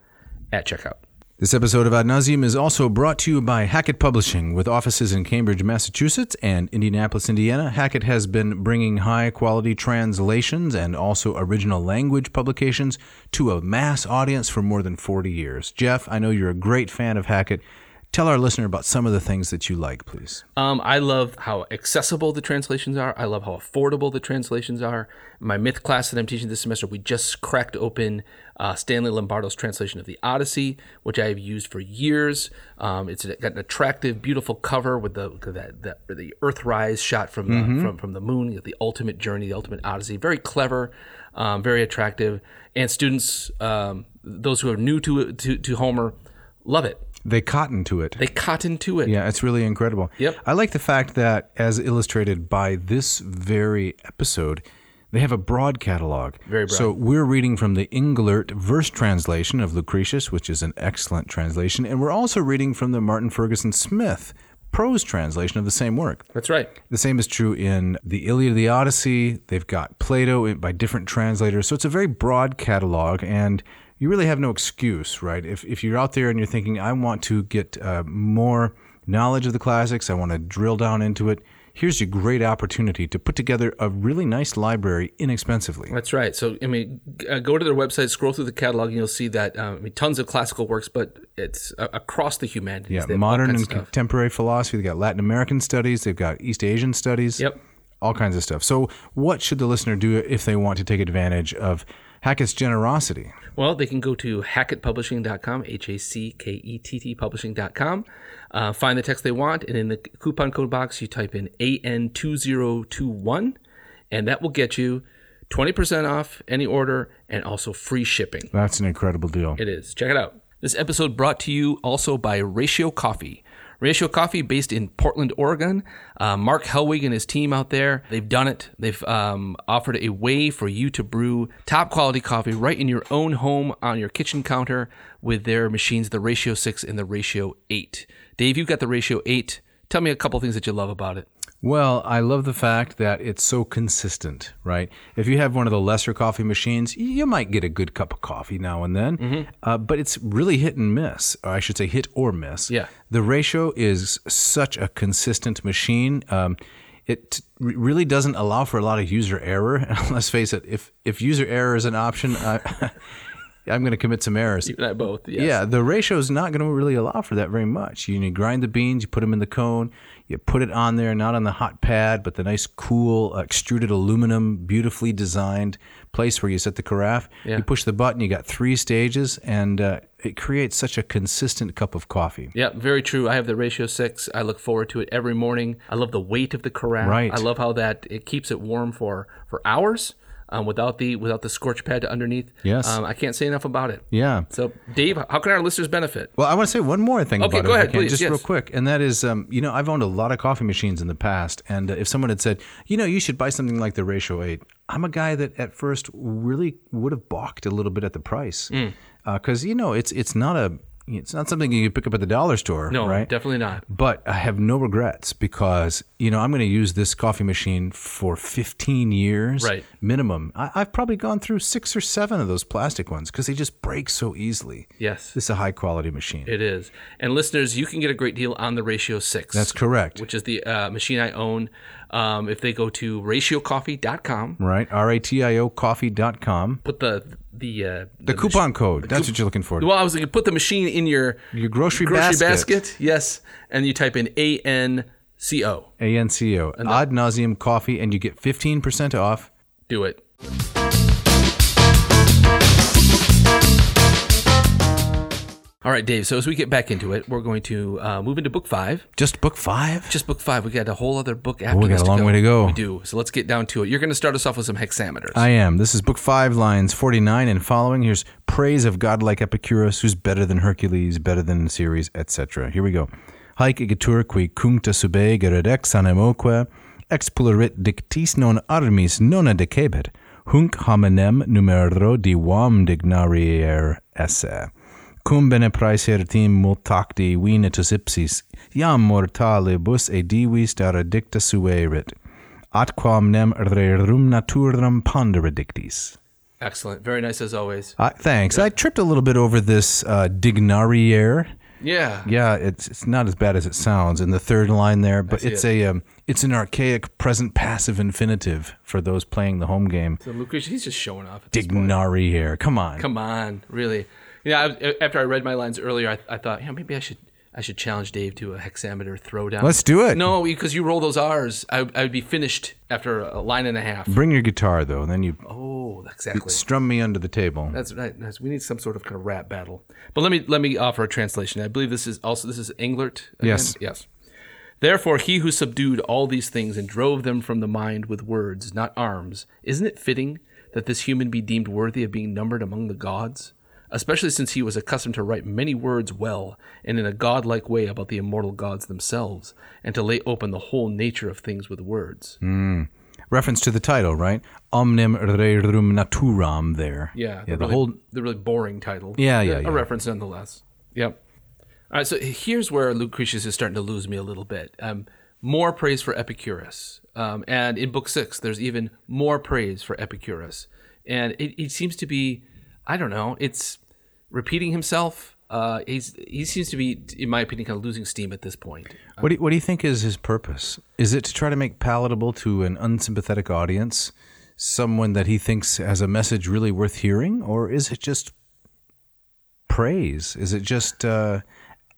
at checkout.
This episode of Ad Nauseam is also brought to you by Hackett Publishing, with offices in Cambridge, Massachusetts, and Indianapolis, Indiana. Hackett has been bringing high quality translations and also original language publications to a mass audience for more than 40 years. Jeff, I know you're a great fan of Hackett. Tell our listener about some of the things that you like, please.
Um, I love how accessible the translations are. I love how affordable the translations are. My myth class that I'm teaching this semester, we just cracked open uh, Stanley Lombardo's translation of the Odyssey, which I have used for years. Um, it's got an attractive, beautiful cover with the that, that the Earthrise shot from uh, from from the moon, you know, the ultimate journey, the ultimate Odyssey. Very clever, um, very attractive, and students, um, those who are new to, to to Homer, love it.
They cotton to it.
They cotton to it.
Yeah, it's really incredible.
Yep.
I like the fact that, as illustrated by this very episode, they have a broad catalog. Very
broad.
So we're reading from the Englert verse translation of Lucretius, which is an excellent translation, and we're also reading from the Martin Ferguson Smith prose translation of the same work.
That's right.
The same is true in the Iliad, the Odyssey. They've got Plato in- by different translators. So it's a very broad catalog, and you really have no excuse, right? If, if you're out there and you're thinking, I want to get uh, more knowledge of the classics, I want to drill down into it, here's your great opportunity to put together a really nice library inexpensively.
That's right. So I mean, g- uh, go to their website, scroll through the catalog, and you'll see that um, I mean, tons of classical works, but it's uh, across the humanities.
Yeah,
They have all
modern
kinds
and
of stuff.
contemporary philosophy. They've got Latin American studies. They've got East Asian studies.
Yep.
All kinds of stuff. So, what should the listener do if they want to take advantage of Hackett's generosity?
Well, they can go to hackettpublishing.com, H A C K E T T publishing.com, uh, find the text they want, and in the coupon code box, you type in AN2021, and that will get you 20% off any order and also free shipping.
That's an incredible deal.
It is. Check it out. This episode brought to you also by Ratio Coffee. Ratio Coffee, based in Portland, Oregon. Uh, Mark Helwig and his team out there, they've done it. They've um, offered a way for you to brew top quality coffee right in your own home on your kitchen counter with their machines, the Ratio 6 and the Ratio 8. Dave, you've got the Ratio 8. Tell me a couple things that you love about it.
Well, I love the fact that it's so consistent, right? If you have one of the lesser coffee machines, you might get a good cup of coffee now and then, uh, but it's really hit and miss, or I should say hit or miss.
Yeah.
The ratio is such a consistent machine. Um, it re- really doesn't allow for a lot of user error. And let's face it, if, if user error is an option, I, I'm going to commit some errors.
You and I both. Yes.
Yeah, the ratio is not going to really allow for that very much. You, you grind the beans, you put them in the cone, you put it on there, not on the hot pad, but the nice, cool, uh, extruded aluminum, beautifully designed place where you set the carafe. You push the button, you got three stages, and uh, it creates such a consistent cup of coffee.
Yeah, very true. I have the ratio six. I look forward to it every morning. I love the weight of the carafe.
Right.
I love how that it keeps it warm for for hours um, without the without the scorch pad underneath.
Yes.
Um, I can't say enough about it.
Yeah.
So, Dave, how can our listeners benefit?
Well, I want to say one more thing
Okay,
about
go
it, if I
ahead,
can,
please,
just
yes.
real quick, and that is, um, you know, I've owned a lot of coffee machines in the past, and uh, if someone had said, you know, you should buy something like the Ratio Eight, I'm a guy that at first really would have balked a little bit at the price,
Mm.
because you know, it's it's not a it's not something you can pick up at the dollar store,
No,
right?
definitely not.
But I have no regrets because you know I'm going to use this coffee machine for 15 years
Right.
minimum. I, I've probably gone through six or seven of those plastic ones because they just break so easily.
Yes,
This is a high quality machine.
it is. And listeners, you can get a great deal on the ratio six.
That's correct.
Which is the uh, machine I own. Um, if they go to ratiocoffee.com,
Right. R A T I O coffee.com.
put the the uh,
The coupon code. That's what you're looking for.
well, I was like, you put the machine in your
Your grocery,
grocery
basket.
basket. Yes, and you type in A N C O.
ANCO. Odd nauseum coffee, and you get 15% off.
Do it. All right, Dave. So as we get back into it, we're going to uh, move into book five.
Just book five?
Just book five. We got a whole other book after.
we got
this
a long way to go.
We do. So let's get down to it. You're going to start us off with some hexameters.
I am. This is book five, lines 49 and following. Here's praise of godlike Epicurus, who's better than Hercules, better than Ceres, etc. Here we go. Haec igitur qui cuncta sube geredex anemoque, explorit dictis non armis nona decebet, hunc hominem numero divam dignarier esse. Cum bene praesertim multacti venatus ipsis, iam e mortalibus edivis dare dicta suerit, atquam nem rerum naturam pondere dictis.
Excellent. Very nice as always.
Uh, thanks. I tripped a little bit over this uh, dignarier.
Yeah.
Yeah, it's it's not as bad as it sounds in the third line there, but it's a um, it's an archaic present passive infinitive for those playing the home game.
So Lucas, he's just showing off. At this point.
Dignarier. Come on.
Come on, really. Yeah. I, after I read my lines earlier, I, I thought, yeah, maybe I should I should challenge Dave to a hexameter throwdown.
Let's do it.
No, because you roll those R's, I, I would be finished after a line and a half.
Bring your guitar though, and then you
Oh, exactly.
strum me under the table.
That's right. That's- We need some sort of kind of rap battle. But let me let me offer a translation. I believe this is also this is Englert. again?
Yes.
Yes. Therefore, he who subdued all these things and drove them from the mind with words, not arms, isn't it fitting that this human be deemed worthy of being numbered among the gods? Especially since he was accustomed to write many words well and in a godlike way about the immortal gods themselves, and to lay open the whole nature of things with words.
reference to the title, right? Omnem rerum naturam there.
Yeah,
Yeah, the
really-
whole
the really boring title.
Yeah, yeah,
a
yeah.
reference nonetheless. Yep. All right, so here's where Lucretius is starting to lose me a little bit. Um, more praise for Epicurus, um, and in Book Six, there's even more praise for Epicurus, and it, it seems to be, I don't know, it's repeating himself. Uh, he's he seems to be, in my opinion, kind of losing steam at this point.
What do, you, what do you think is his purpose? Is it to try to make palatable to an unsympathetic audience someone that he thinks has a message really worth hearing, or is it just praise? Is it just uh,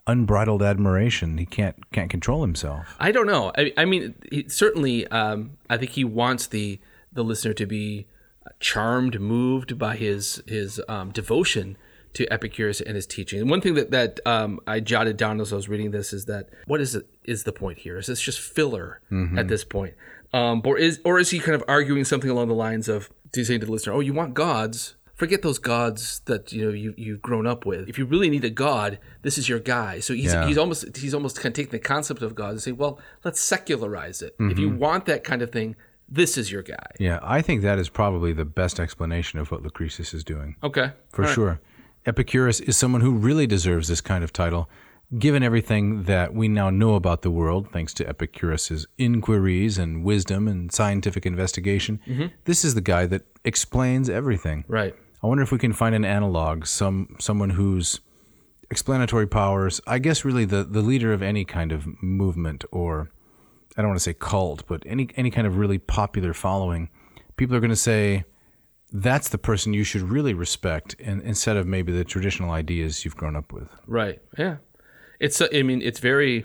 unbridled admiration? He can't can't control himself.
I don't know. I, I mean, he, certainly, um, I think he wants the the listener to be charmed, moved by his his um, devotion to Epicurus and his teaching. And one thing that that um, I jotted down as I was reading this is that what is it, is the point here? Is this just filler at this point, um, or is or is he kind of arguing something along the lines of he's saying to the listener, "Oh, you want gods." Forget those gods that you know you you've grown up with. If you really need a god, this is your guy. So he's he's almost he's almost kind of taking the concept of God and saying, well, let's secularize it. If you want that kind of thing, this is your guy.
Yeah, I think that is probably the best explanation of what Lucretius is doing.
Okay,
for sure. Epicurus is someone who really deserves this kind of title, given everything that we now know about the world, thanks to Epicurus's inquiries and wisdom and scientific investigation. This is the guy that explains everything.
right.
I wonder if we can find an analog, some someone whose explanatory powers, I guess, really the the leader of any kind of movement or I don't want to say cult, but any any kind of really popular following, people are going to say that's the person you should really respect, and instead of maybe the traditional ideas you've grown up with.
Right. Yeah. It's. uh, I mean, it's very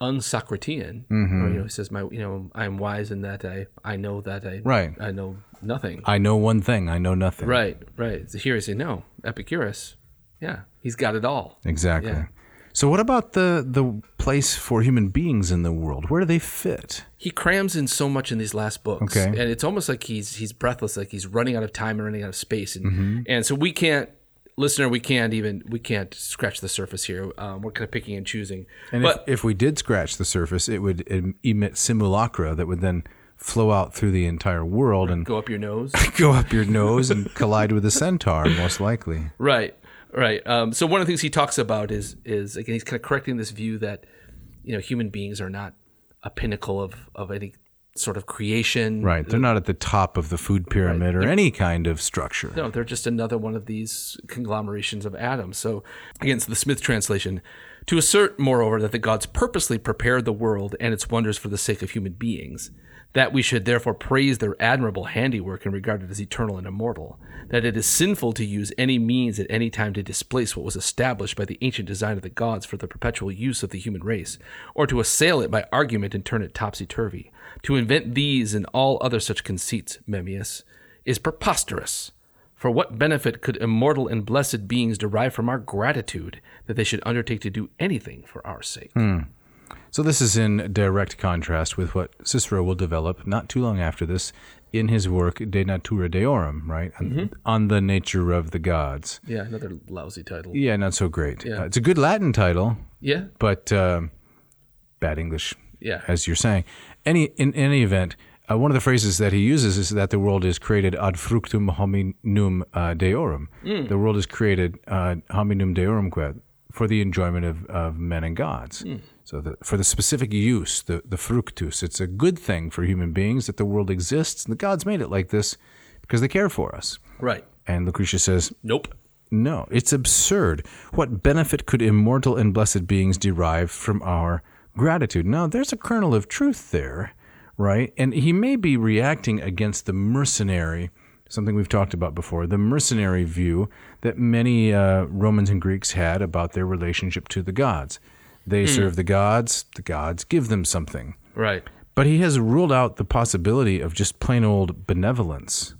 un-Socratean. Or, you know, he says, "My, you know, I'm wise in that I, I know that I,
Right.
I know nothing."
I know one thing, I know nothing.
right. Right. So here he's saying, "No, Epicurus. Yeah, he's got it all."
Exactly.
Yeah.
So what about the the place for human beings in the world? Where do they fit?
He crams in so much in these last books,
Okay.
and it's almost like he's he's breathless, like he's running out of time and running out of space, and
Mm-hmm.
and so we can't. Listener, we can't even we can't scratch the surface here. Um, we're kind of picking and choosing.
And
but
if, if we did scratch the surface, it would em- emit simulacra that would then flow out through the entire world and
go up your nose.
go up your nose and collide with a centaur, most likely.
Right, right. Um, so one of the things he talks about is is again he's kind of correcting this view that you know human beings are not a pinnacle of of any sort of creation.
Right. They're not at the top of the food pyramid or any kind of structure.
No, they're just another one of these conglomerations of atoms. So again, it's the Smith translation. To assert, moreover, that the gods purposely prepared the world and its wonders for the sake of human beings, that we should therefore praise their admirable handiwork and regard it as eternal and immortal, that it is sinful to use any means at any time to displace what was established by the ancient design of the gods for the perpetual use of the human race, or to assail it by argument and turn it topsy turvy. To invent these and all other such conceits, Memmius, is preposterous. For what benefit could immortal and blessed beings derive from our gratitude that they should undertake to do anything for our sake?
So, this is in direct contrast with what Cicero will develop not too long after this in his work De Natura Deorum, right? On,
Mm-hmm.
on the nature of the gods.
Yeah, another lousy title.
Yeah, not so great. Uh, it's a good Latin title,
Yeah,
but um bad English,
yeah.
as you're saying. Any In any event, uh, one of the phrases that he uses is that the world is created ad fructum hominum uh, deorum. The world is created uh, hominum deorumque for the enjoyment of, of men and gods. So the, for the specific use, the, the fructus, it's a good thing for human beings that the world exists and the gods made it like this because they care for us.
Right.
And Lucretia says,
Nope.
no, it's absurd. What benefit could immortal and blessed beings derive from our gratitude? Now, there's a kernel of truth there, right? And he may be reacting against the mercenary, something we've talked about before, the mercenary view that many uh, Romans and Greeks had about their relationship to the gods. They serve the gods, the gods give them something.
Right.
But he has ruled out the possibility of just plain old benevolence,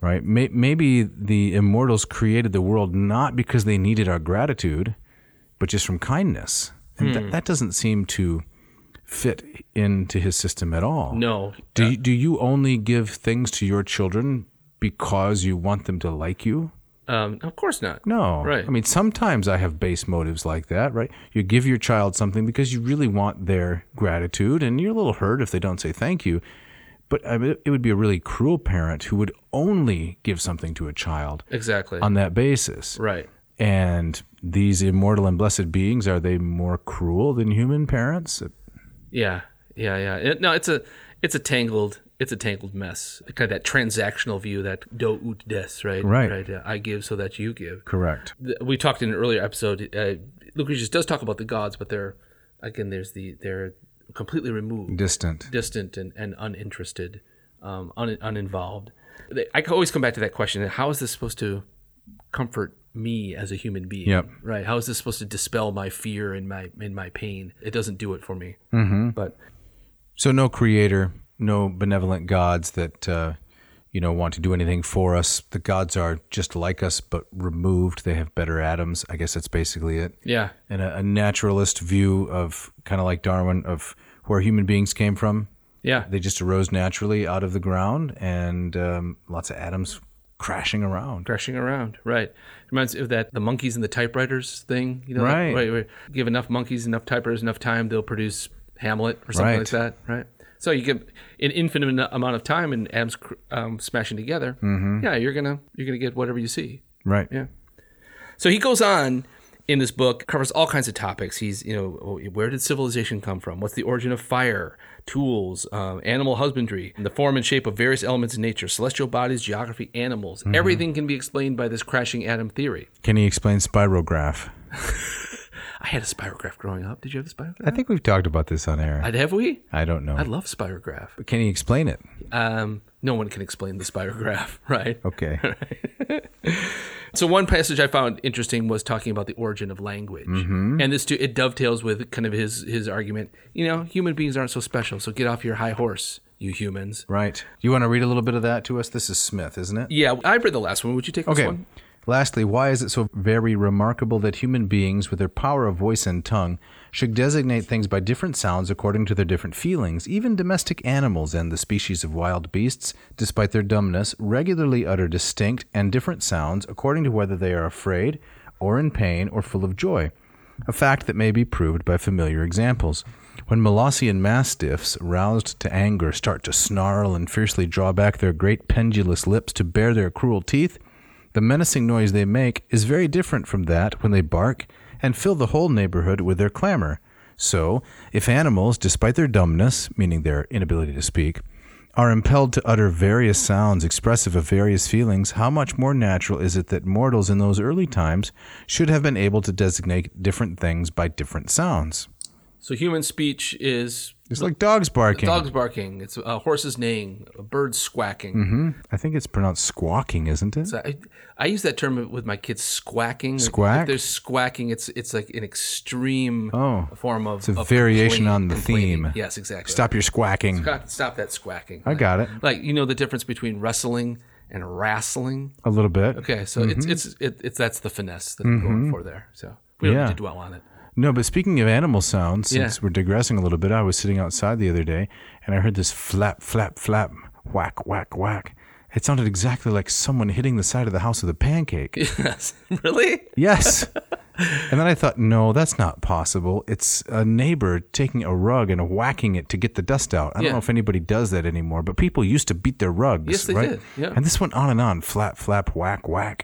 right? May- maybe the immortals created the world not because they needed our gratitude, but just from kindness. And that that doesn't seem to fit into his system at all.
No.
Do, you, do you only give things to your children because you want them to like you?
Um, of course not.
No.
Right.
I mean, sometimes I have base motives like that, right? You give your child something because you really want their gratitude, and you're a little hurt if they don't say thank you. But I mean, it would be a really cruel parent who would only give something to a child
Exactly.
on that basis.
right.
And these immortal and blessed beings, are they more cruel than human parents?
Yeah. Yeah. Yeah. It- no, it's a it's a tangled it's a tangled mess. Kind of that transactional view, that do ut des, right?
Right.
Right. yeah. I give so that you give.
Correct.
Th- We talked in an earlier episode. Uh, Lucretius does talk about the gods, but they're again, there's the they're completely removed.
Distant.
distant and, and uninterested, um, un, uninvolved. They- I always come back to that question: How is this supposed to comfort me as a human being?
Yep.
Right? How is this supposed to dispel my fear and my and my pain? It doesn't do it for me. But
So no creator, no benevolent gods that uh, you know want to do anything for us. The gods are just like us, but removed. They have better atoms. I guess that's basically it.
yeah,
And a, a naturalist view of kind of like Darwin of where human beings came from.
yeah,
They just arose naturally out of the ground, and um, lots of atoms crashing around.
crashing around. Right. Reminds me of that the monkeys and the typewriters thing. You know, that-
Right.
right, right. Give enough monkeys, enough typewriters, enough time, they'll produce Hamlet or something
Right.
like that. Right. So you give an infinite anou- amount of time and atoms cr- um, smashing together.
Mm-hmm.
Yeah, you're gonna you're gonna get whatever you see.
Right.
Yeah. So he goes on in this book, covers all kinds of topics. He's, you know, oh, where did civilization come from? What's the origin of fire, tools, um, animal husbandry, the form and shape of various elements in nature, celestial bodies, geography, animals? Everything can be explained by this crashing atom theory.
Can he explain spirograph?
I had a spirograph growing up. Did you have a spirograph?
I think we've talked about this on air.
I'd have we?
I, don't know.
I love spirograph.
Can he explain it?
Um, no one can explain the spirograph, right?
Okay.
So one passage I found interesting was talking about the origin of language,
Mm-hmm.
and this too it dovetails with kind of his his argument. You know, human beings aren't so special, so get off your high horse, you humans.
right. You want to read a little bit of that to us? This is Smith, isn't it?
Yeah, I read the last one. Would you take this
Okay.
one?
Lastly, why is it so very remarkable that human beings, with their power of voice and tongue, should designate things by different sounds according to their different feelings? Even domestic animals and the species of wild beasts, despite their dumbness, regularly utter distinct and different sounds according to whether they are afraid, or in pain, or full of joy a fact that may be proved by familiar examples. When Molossian mastiffs, roused to anger, start to snarl and fiercely draw back their great pendulous lips to bare their cruel teeth, the menacing noise they make is very different from that when they bark and fill the whole neighborhood with their clamor. So, if animals, despite their dumbness, meaning their inability to speak, are impelled to utter various sounds expressive of various feelings, how much more natural is it that mortals in those early times should have been able to designate different things by different sounds?
So human speech is
It's like dogs barking.
dogs barking, it's uh, horses neighing, a bird squacking.
I think it's pronounced squawking, isn't it?
So I, I use that term with my kids squacking.
Squack?
If they're squacking, it's it's like an extreme
Oh.
form of. It's
a variation on the theme.
Yes, exactly.
Stop your squawking.
God, stop that squacking.
I got it.
Like you know the difference between wrestling and wrestling.
A little bit.
Okay, so
Mm-hmm.
it's it's it, it's that's the finesse that I'm going for there. So we don't
Yeah.
need to dwell on it.
No, but speaking of animal sounds, since
Yeah.
we're digressing a little bit, I was sitting outside the other day and I heard this flap, flap, flap, whack, whack, whack. It sounded exactly like someone hitting the side of the house with a pancake.
Yes, really?
yes. And then I thought, no, that's not possible. It's a neighbor taking a rug and whacking it to get the dust out. I
Yeah.
don't know if anybody does that anymore, but people used to beat their rugs,
Yes, they
right?
did, yeah.
And this went on and on, flap, flap, whack, whack.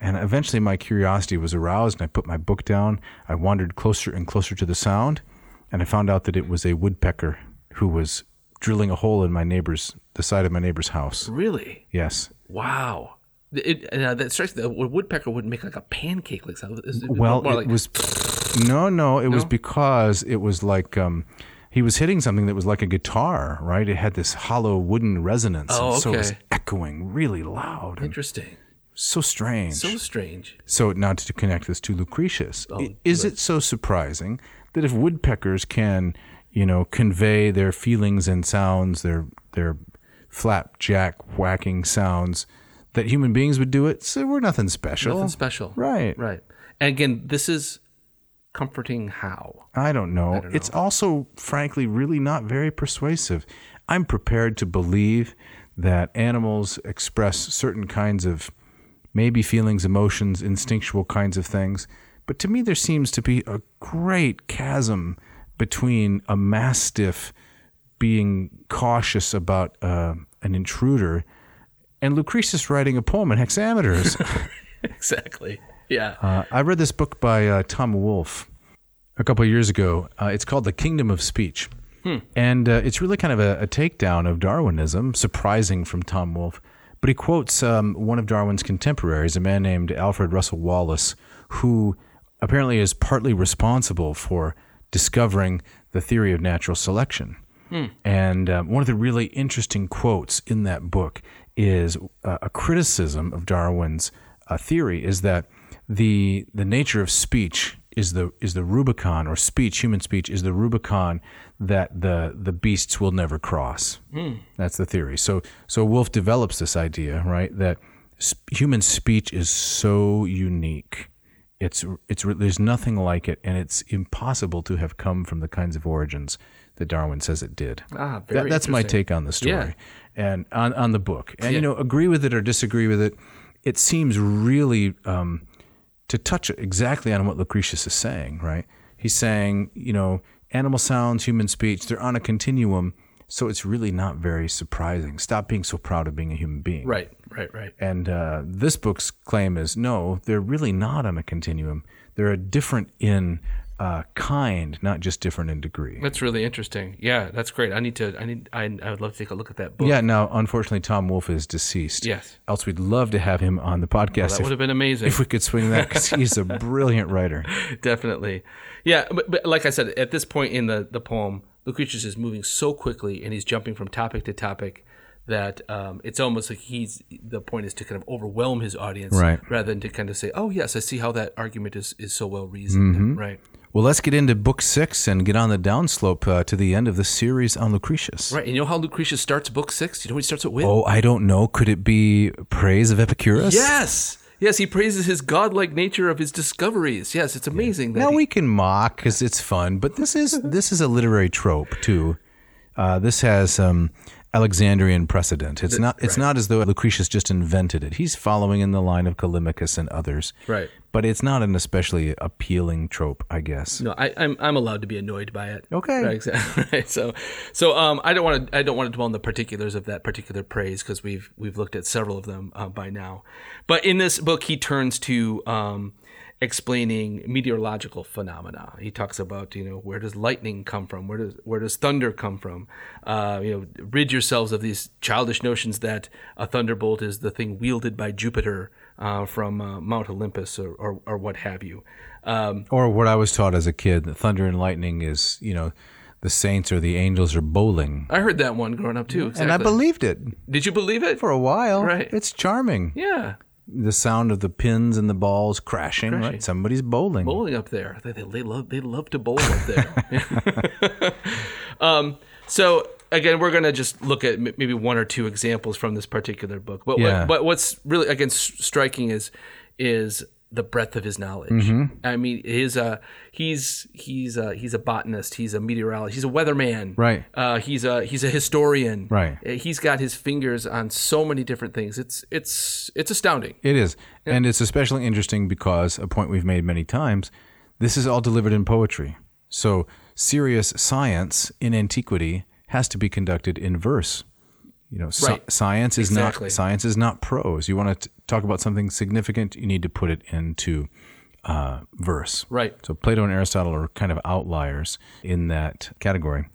And eventually my curiosity was aroused and I put my book down. I wandered closer and closer to the sound, and I found out that it was a woodpecker who was drilling a hole in my neighbor's the side of my neighbor's house.
Really?
Yes.
Wow. It, and, uh, that strikes the a woodpecker would make like a pancake like something. It's
Well,
more
it
like-
was no, no. It was because it was like um, he was hitting something that was like a guitar, right? It had this hollow wooden resonance,
Oh,
and so it was
okay.
echoing really loud and
interesting.
so strange.
So Oh,
So,
strange.
now to connect this to Lucretius, i- is it so surprising that if woodpeckers can, you know, convey their feelings and sounds, their their flapjack whacking sounds, that human beings would do it? So we're nothing special.
Nothing special.
Right.
Right. And again, this is comforting how.
I don't know. It's also, frankly, really not very persuasive. I'm prepared to believe that animals express certain kinds of maybe feelings, emotions, instinctual kinds of things. But to me, there seems to be a great chasm between a mastiff being cautious about uh, an intruder and Lucretius writing a poem in hexameters.
Exactly. Yeah.
Uh, I read this book by uh, Tom Wolfe a couple of years ago. Uh, it's called The Kingdom of Speech. And uh, it's really kind of a, a takedown of Darwinism, surprising from Tom Wolfe. But he quotes um, one of Darwin's contemporaries, a man named Alfred Russel Wallace, who apparently is partly responsible for discovering the theory of natural selection. And um, one of the really interesting quotes in that book is uh, a criticism of Darwin's uh, theory is that the the nature of speech is the is the Rubicon or speech human speech is the Rubicon that the the beasts will never cross. That's the theory. So so Wolf develops this idea right that sp- human speech is so unique. It's it's re- there's nothing like it, and it's impossible to have come from the kinds of origins that Darwin says it did.
Ah,
That-
very
that's my take on the story
Yeah.
and on on the book. And you know, agree with it or disagree with it, it seems really um, to touch exactly on what Lucretius is saying. Right? He's saying you know animal sounds, human speech, they're on a continuum, so it's really not very surprising. Stop being so proud of being a human being.
Right. Right. Right.
And uh, this book's claim is no, they're really not on a continuum. They're a different in uh, kind, not just different in degree.
That's really interesting. Yeah, that's great. I need to. I need. I, I would love to take a look at that book.
Yeah, now, unfortunately, Tom Wolfe is deceased.
Yes.
Else we'd love to have him on the podcast
That would
if,
have been amazing.
if we could swing that because he's a brilliant writer.
Definitely. Yeah, but, but like I said, at this point in the, the poem, Lucretius is moving so quickly and he's jumping from topic to topic that um, it's almost like he's the point is to kind of overwhelm his audience
Right.
rather than to kind of say, oh, yes, I see how that argument is, is so well reasoned.
Mm-hmm.
Right.
Well, let's get into book six and get on the downslope uh, to the end of the series on Lucretius.
Right. And you know how Lucretius starts book six? You know what he starts it with?
Oh, I don't know. Could it be praise of Epicurus?
Yes. Yes, he praises his godlike nature of his discoveries. Yes, it's amazing. That
Now
he-
we can mock because it's fun, but this is this is a literary trope too. Uh, this has um, Alexandrian precedent. It's not it's not as though Lucretius just invented it. He's following in the line of Callimachus and others.
Right.
But it's not an especially appealing trope, I guess.
No, I, I'm I'm allowed to be annoyed by it.
Okay.
Right, exactly. Right. So, so um, I don't want to I don't want to dwell on the particulars of that particular praise because we've we've looked at several of them uh, by now. But in this book, he turns to um, explaining meteorological phenomena. He talks about you know where does lightning come from, where does where does thunder come from. Uh, you know, rid yourselves of these childish notions that a thunderbolt is the thing wielded by Jupiter uh, from uh, Mount Olympus or, or or what have you. Um,
Or what I was taught as a kid, that thunder and lightning is, you know, the saints or the angels are bowling.
I heard that one growing up too. Exactly.
And I believed it
Did you believe it?
for a while.
Right.
It's charming.
yeah.
The sound of the pins and the balls crashing, right? Somebody's bowling.
bowling up there. They, they, they love they love to bowl up there. um, so again, we're gonna just look at m- maybe one or two examples from this particular book. But
Yeah.
what, but what's really again s- striking is is the breadth of his knowledge.
Mm-hmm.
I mean, his uh, he's he's uh, he's a botanist. He's a meteorologist. He's a weatherman.
Right.
Uh, he's a he's a historian.
Right.
Uh, He's got his fingers on so many different things. It's it's it's astounding.
It is. And it's especially interesting because a point we've made many times this is all delivered in poetry. So serious science in antiquity has to be conducted in verse. You know, sci-
Right.
science is
Exactly.
not science is not prose. You want to talk about something significant, you need to put it into uh, verse.
Right.
So Plato and Aristotle are kind of outliers in that category.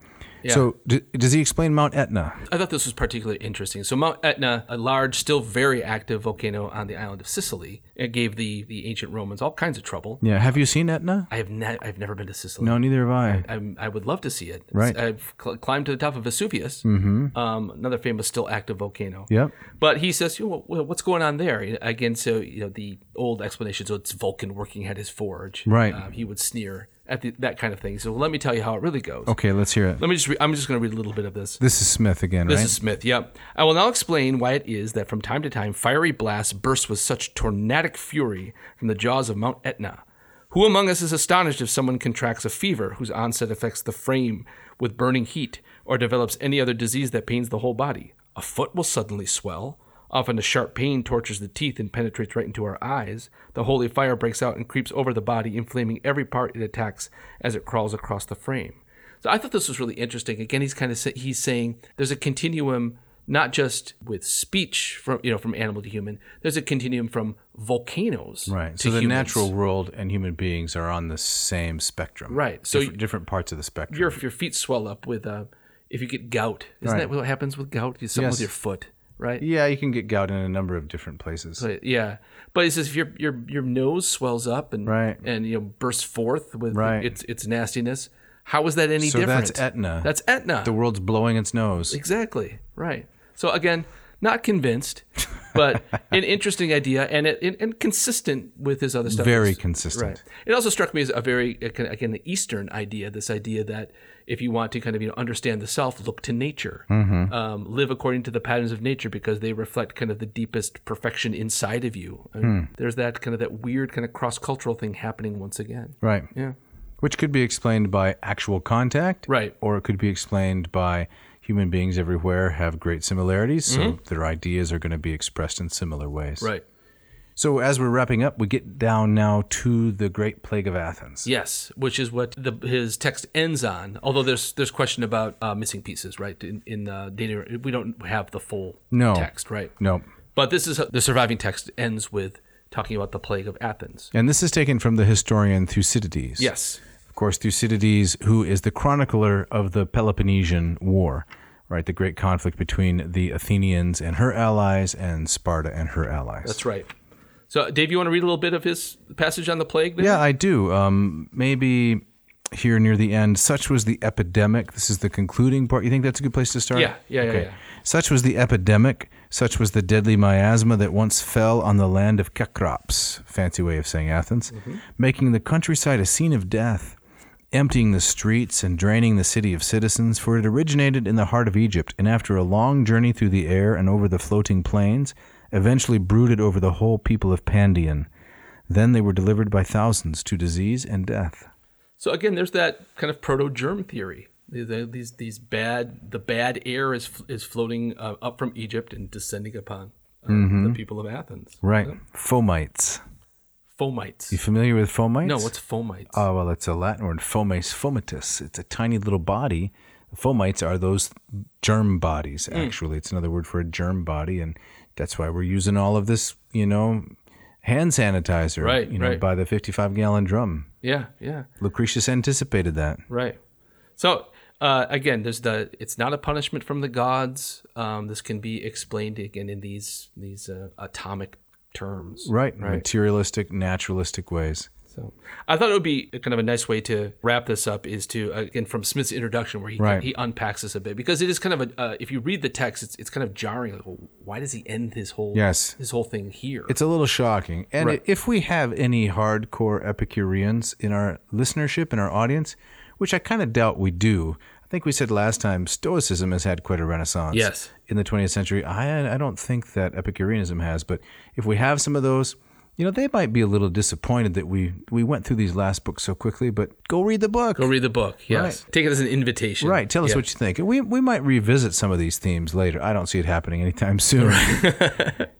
So d- does he explain Mount Etna?
I thought this was particularly interesting. So Mount Etna, a large, still very active volcano on the island of Sicily, it gave the, the ancient Romans all kinds of trouble.
Yeah. Have you seen Etna?
I have ne- I've never been to Sicily.
No, neither have I.
I'm, I would love to see it.
Right. Mm-hmm.
I've cl- climbed to the top of Vesuvius, um, another famous still active volcano.
Yep.
But he says, you know, well, what's going on there? You know, Again, so you know the old explanation. So it's Vulcan working at his forge.
Right.
Um, he would sneer at the, that kind of thing. So let me tell you how it really goes.
Okay, let's hear it.
Let me just. Re- I'm just going to read a little bit of this.
This is Smith again,
This
right?
is Smith. Yep. I will now explain why it is that from time to time fiery blasts burst with such tornadic fury from the jaws of Mount Etna. Who among us is astonished if someone contracts a fever whose onset affects the frame with burning heat or develops any other disease that pains the whole body? A foot will suddenly swell. Often a sharp pain tortures the teeth and penetrates right into our eyes. The holy fire breaks out and creeps over the body, inflaming every part it attacks as it crawls across the frame. So I thought this was really interesting. Again, he's kind of sa- he's saying there's a continuum not just with speech from you know from animal to human. There's a continuum from volcanoes
Right.
to
So the
humans.
natural world and human beings are on the same spectrum.
Right. So
different, different parts of the spectrum.
your your feet swell up with uh, if you get gout. Isn't that what happens with gout? It's something with
Yes.
your foot, right?
yeah, you can get gout in a number of different places.
But yeah, but it's just if your your your nose swells up and
Right.
and you know bursts forth with
Right.
its its nastiness. How is that any
So
different?
that's Etna.
That's Etna.
the world's blowing its nose.
Exactly. Right. So again, not convinced, but an interesting idea and it, and, and consistent with his other stuff.
Very
It's-
consistent.
Right. It also struck me as a very uh, kind of, again the Eastern idea. This idea that if you want to kind of you know understand the self, look to nature,
Mm-hmm.
um, live according to the patterns of nature because they reflect kind of the deepest perfection inside of you. I
Hmm.
mean, There's that kind of that weird kind of cross cultural thing happening once again.
Right.
Yeah.
Which could be explained by actual contact.
Right.
Or it could be explained by human beings everywhere have great similarities, so their ideas are going to be expressed in similar ways.
Mm-hmm. Right.
So as we're wrapping up, we get down now to the Great Plague of Athens.
Yes, which is what the, his text ends on. Although there's there's question about uh, missing pieces, right? In in uh, data, we don't have the full
No.
text, right?
No.
But this is the surviving text ends with talking about the plague of Athens.
And this is taken from the historian Thucydides.
Yes,
Of course, Thucydides, who is the chronicler of the Peloponnesian War, right? The great conflict between the Athenians and her allies and Sparta and her allies.
that's right. So, Dave, you want to read a little bit of his passage on the plague? There?
Yeah, I do. Um, maybe here near the end, such was the epidemic. This is the concluding part. You think that's a good place to start?
Yeah, yeah, yeah, yeah.
Such was the epidemic. Such was the deadly miasma that once fell on the land of Cecrops, fancy way of saying Athens,
Mm-hmm.
making the countryside a scene of death, emptying the streets and draining the city of citizens, for it originated in the heart of Egypt, and after a long journey through the air and over the floating plains, eventually brooded over the whole people of Pandion. Then they were delivered by thousands to disease and death.
So again, there's that kind of proto-germ theory. The- the- These these bad the bad air is is floating uh, up from Egypt and descending upon uh, the people of Athens.
Mm-hmm. Right. Fomites.
Fomites.
You familiar with fomites?
No, what's fomites?
Oh, well, it's a Latin word, fomes fomitus. It's a tiny little body. Fomites are those germ bodies,
Mm.
actually. It's another word for a germ body. And that's why we're using all of this, you know, hand sanitizer,
Right,
you know,
right.
by the 55 gallon drum.
Yeah, yeah,
Lucretius anticipated that.
right. So uh, again, there's the it's not a punishment from the gods. Um, this can be explained again in these these uh, atomic terms.
Right, materialistic, naturalistic ways.
So I thought it would be kind of a nice way to wrap this up is to again from Smith's introduction where he
Right.
he unpacks this a bit because it is kind of a uh, if you read the text it's it's kind of jarring like well, why does he end his whole
Yes.
his whole thing here
It's a little shocking. And if we have any hardcore Epicureans in our listenership, in our audience, which I kind of doubt we do, I think we said last time Stoicism has had quite a renaissance
Yes.
in the 20th century. I, I don't think that Epicureanism has, but if we have some of those, you know, they might be a little disappointed that we, we went through these last books so quickly, but go read the book.
go read the book yes take it as an invitation
Right. Tell us
Yeah.
what you think. And We we might revisit some of these themes later. I don't see it happening anytime soon.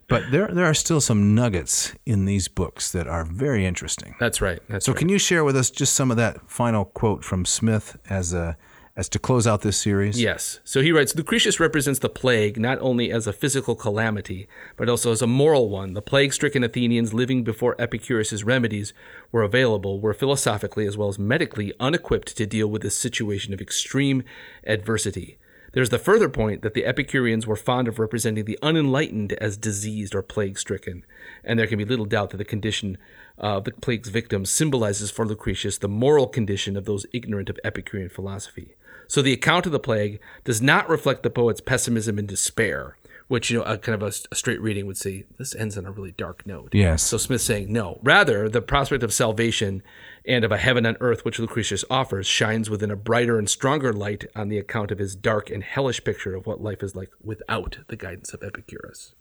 but there there are still some nuggets in these books that are very interesting.
that's right that's
So
right.
can you share with us just some of that final quote from Smith as a as to close out this series?
Yes. So he writes Lucretius represents the plague not only as a physical calamity, but also as a moral one. The plague stricken Athenians living before Epicurus's remedies were available were philosophically as well as medically unequipped to deal with this situation of extreme adversity. There's the further point that the Epicureans were fond of representing the unenlightened as diseased or plague stricken, and there can be little doubt that the condition of the plague's victims symbolizes for Lucretius the moral condition of those ignorant of Epicurean philosophy. So the account of the plague does not reflect the poet's pessimism and despair, which you know, a kind of a, s- a straight reading would say this ends on a really dark note.
Yes.
So Smith's saying no. Rather, the prospect of salvation and of a heaven on earth which Lucretius offers shines within a brighter and stronger light on the account of his dark and hellish picture of what life is like without the guidance of Epicurus.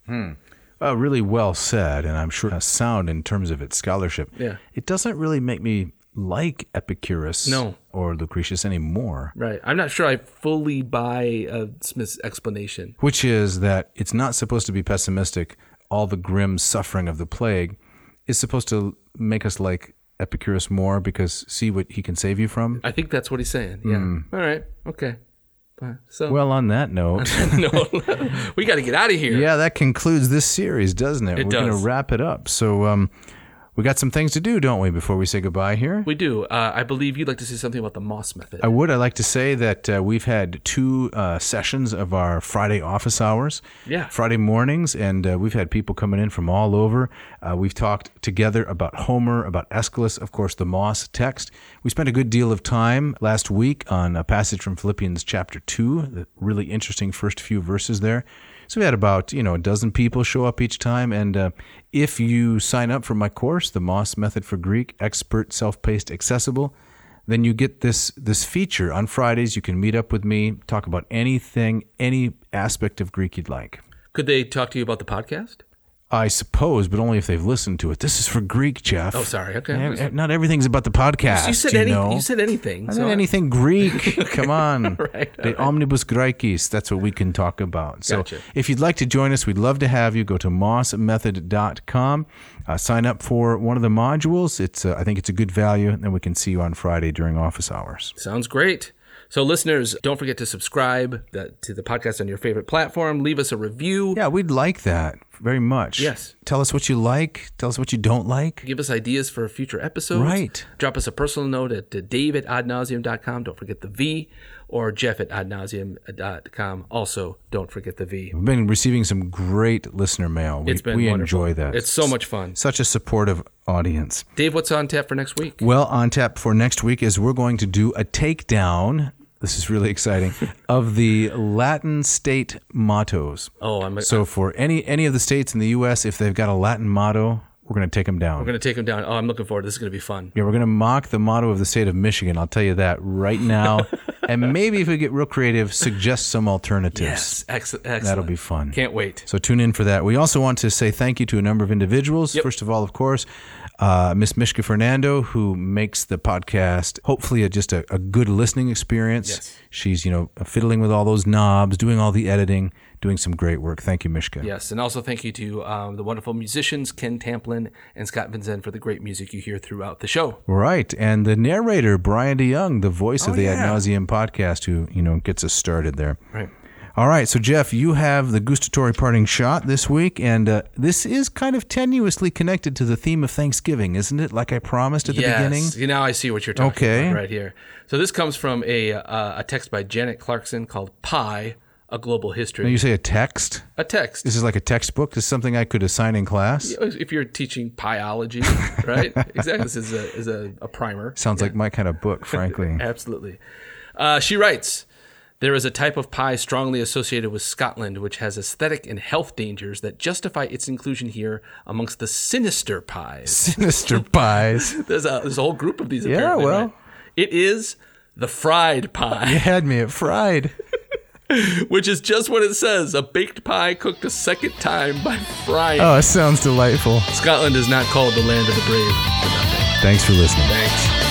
Uh, really well said, and I'm sure uh, sound in terms of its scholarship.
Yeah.
It doesn't really make me like Epicurus
No.
or Lucretius anymore.
Right. I'm not sure I fully buy uh, Smith's explanation.
which is that it's not supposed to be pessimistic. All the grim suffering of the plague is supposed to make us like Epicurus more because see what he can save you from.
I think that's what he's saying. Yeah.
Hmm.
All right. Okay. Fine. So
Well, on that note,
no, we got to get out of here.
yeah, that concludes this series, doesn't it?
It
We're
does.
to wrap it up. So, um, we got some things to do, don't we, before we say goodbye here?
We do. Uh, I believe you'd like to say something about the Moss method.
I would. I like to say that uh, we've had two uh, sessions of our Friday office hours.
Yeah.
Friday mornings, and uh, we've had people coming in from all over. Uh, we've talked together about Homer, about Aeschylus, of course, the Moss text. We spent a good deal of time last week on a passage from Philippians chapter two, the really interesting first few verses there. So we had about you know a dozen people show up each time, and uh, if you sign up for my course, the Moss Method for Greek, expert, self-paced, accessible then you get this this feature on Fridays. You can meet up with me, talk about anything, any aspect of Greek you'd like.
Could they talk to you about the podcast?
I suppose, but only if they've listened to it. This is for Greek, Jeff.
Oh, sorry. Okay.
Eh, eh, Not everything's about the podcast.
you said
you
any,
know.
You said anything.
I
so
mean, anything Greek. Come on.
right,
the omnibus graecis. That's what we can talk about. So
Gotcha.
if you'd like to join us, we'd love to have you. Go to mossmethod.com. Uh, sign up for one of the modules. It's uh, I think it's a good value, and then we can see you on Friday during office hours.
Sounds great. So, listeners, don't forget to subscribe the, to the podcast on your favorite platform. Leave us a review.
Yeah, we'd like that very much.
Yes.
Tell us what you like. Tell us what you don't like.
Give us ideas for future episodes.
Right.
Drop us a personal note at uh, dave at adnauseum.com. Don't forget the V. Or jeff at adnauseum.com. Also, don't forget the V.
We've been receiving some great listener mail. We,
It's been
we
wonderful.
enjoy that.
It's so much fun.
such a supportive audience.
Dave, what's on tap for next week?
Well, on tap for next week is we're going to do a takedown. This is really exciting of the Latin state mottos.
Oh, I'm,
So for any any of the states in the U.S., if they've got a Latin motto, we're going to take them down.
I'm going to take him down. Oh, I'm looking forward. This is going to be fun.
Yeah, we're going to mock the motto of the state of Michigan. I'll tell you that right now. and maybe if we get real creative, suggest some alternatives.
Yes. Ex- excellent.
That'll be fun.
Can't wait.
So tune in for that. We also want to say thank you to a number of individuals. First of all, of course, uh, Miss Mishka Fernando, who makes the podcast hopefully a, just a, a good listening experience.
Yes.
She's you know fiddling with all those knobs, doing all the editing, doing some great work. Thank you, Mishka.
Yes, and also thank you to um, the wonderful musicians Ken Tamplin and Scott Vinzen for the great music you hear throughout the show.
Right, and the
Oh,
narrator Brian DeYoung, the voice of the Ad nauseum podcast, who you know gets us started there.
Right.
All right, so Jeff, you have the gustatory parting shot this week, and uh, this is kind of tenuously connected to the theme of Thanksgiving, isn't it? Like I promised at the
yes.
beginning.
You now I see what you're talking
Okay.
about right here. So this comes from a uh, a text by Janet Clarkson called "Pie: A Global History."
Now you say a text.
a text.
This is like a textbook. This is something I could assign in class.
if you're teaching pieology, right? exactly. This is a is a, a primer.
Sounds like my kind of book, frankly.
Absolutely. Uh, she writes There is a type of pie strongly associated with Scotland which has aesthetic and health dangers that justify its inclusion here amongst the sinister pies.
Sinister pies.
There's a, there's a whole group of these. apparently,
well.
right? It is the fried pie,
You had me at fried.
which is just what it says a baked pie cooked a second time by frying.
Oh, it sounds delightful.
Scotland is not called the land of the brave for nothing.
Thanks for listening.
Thanks.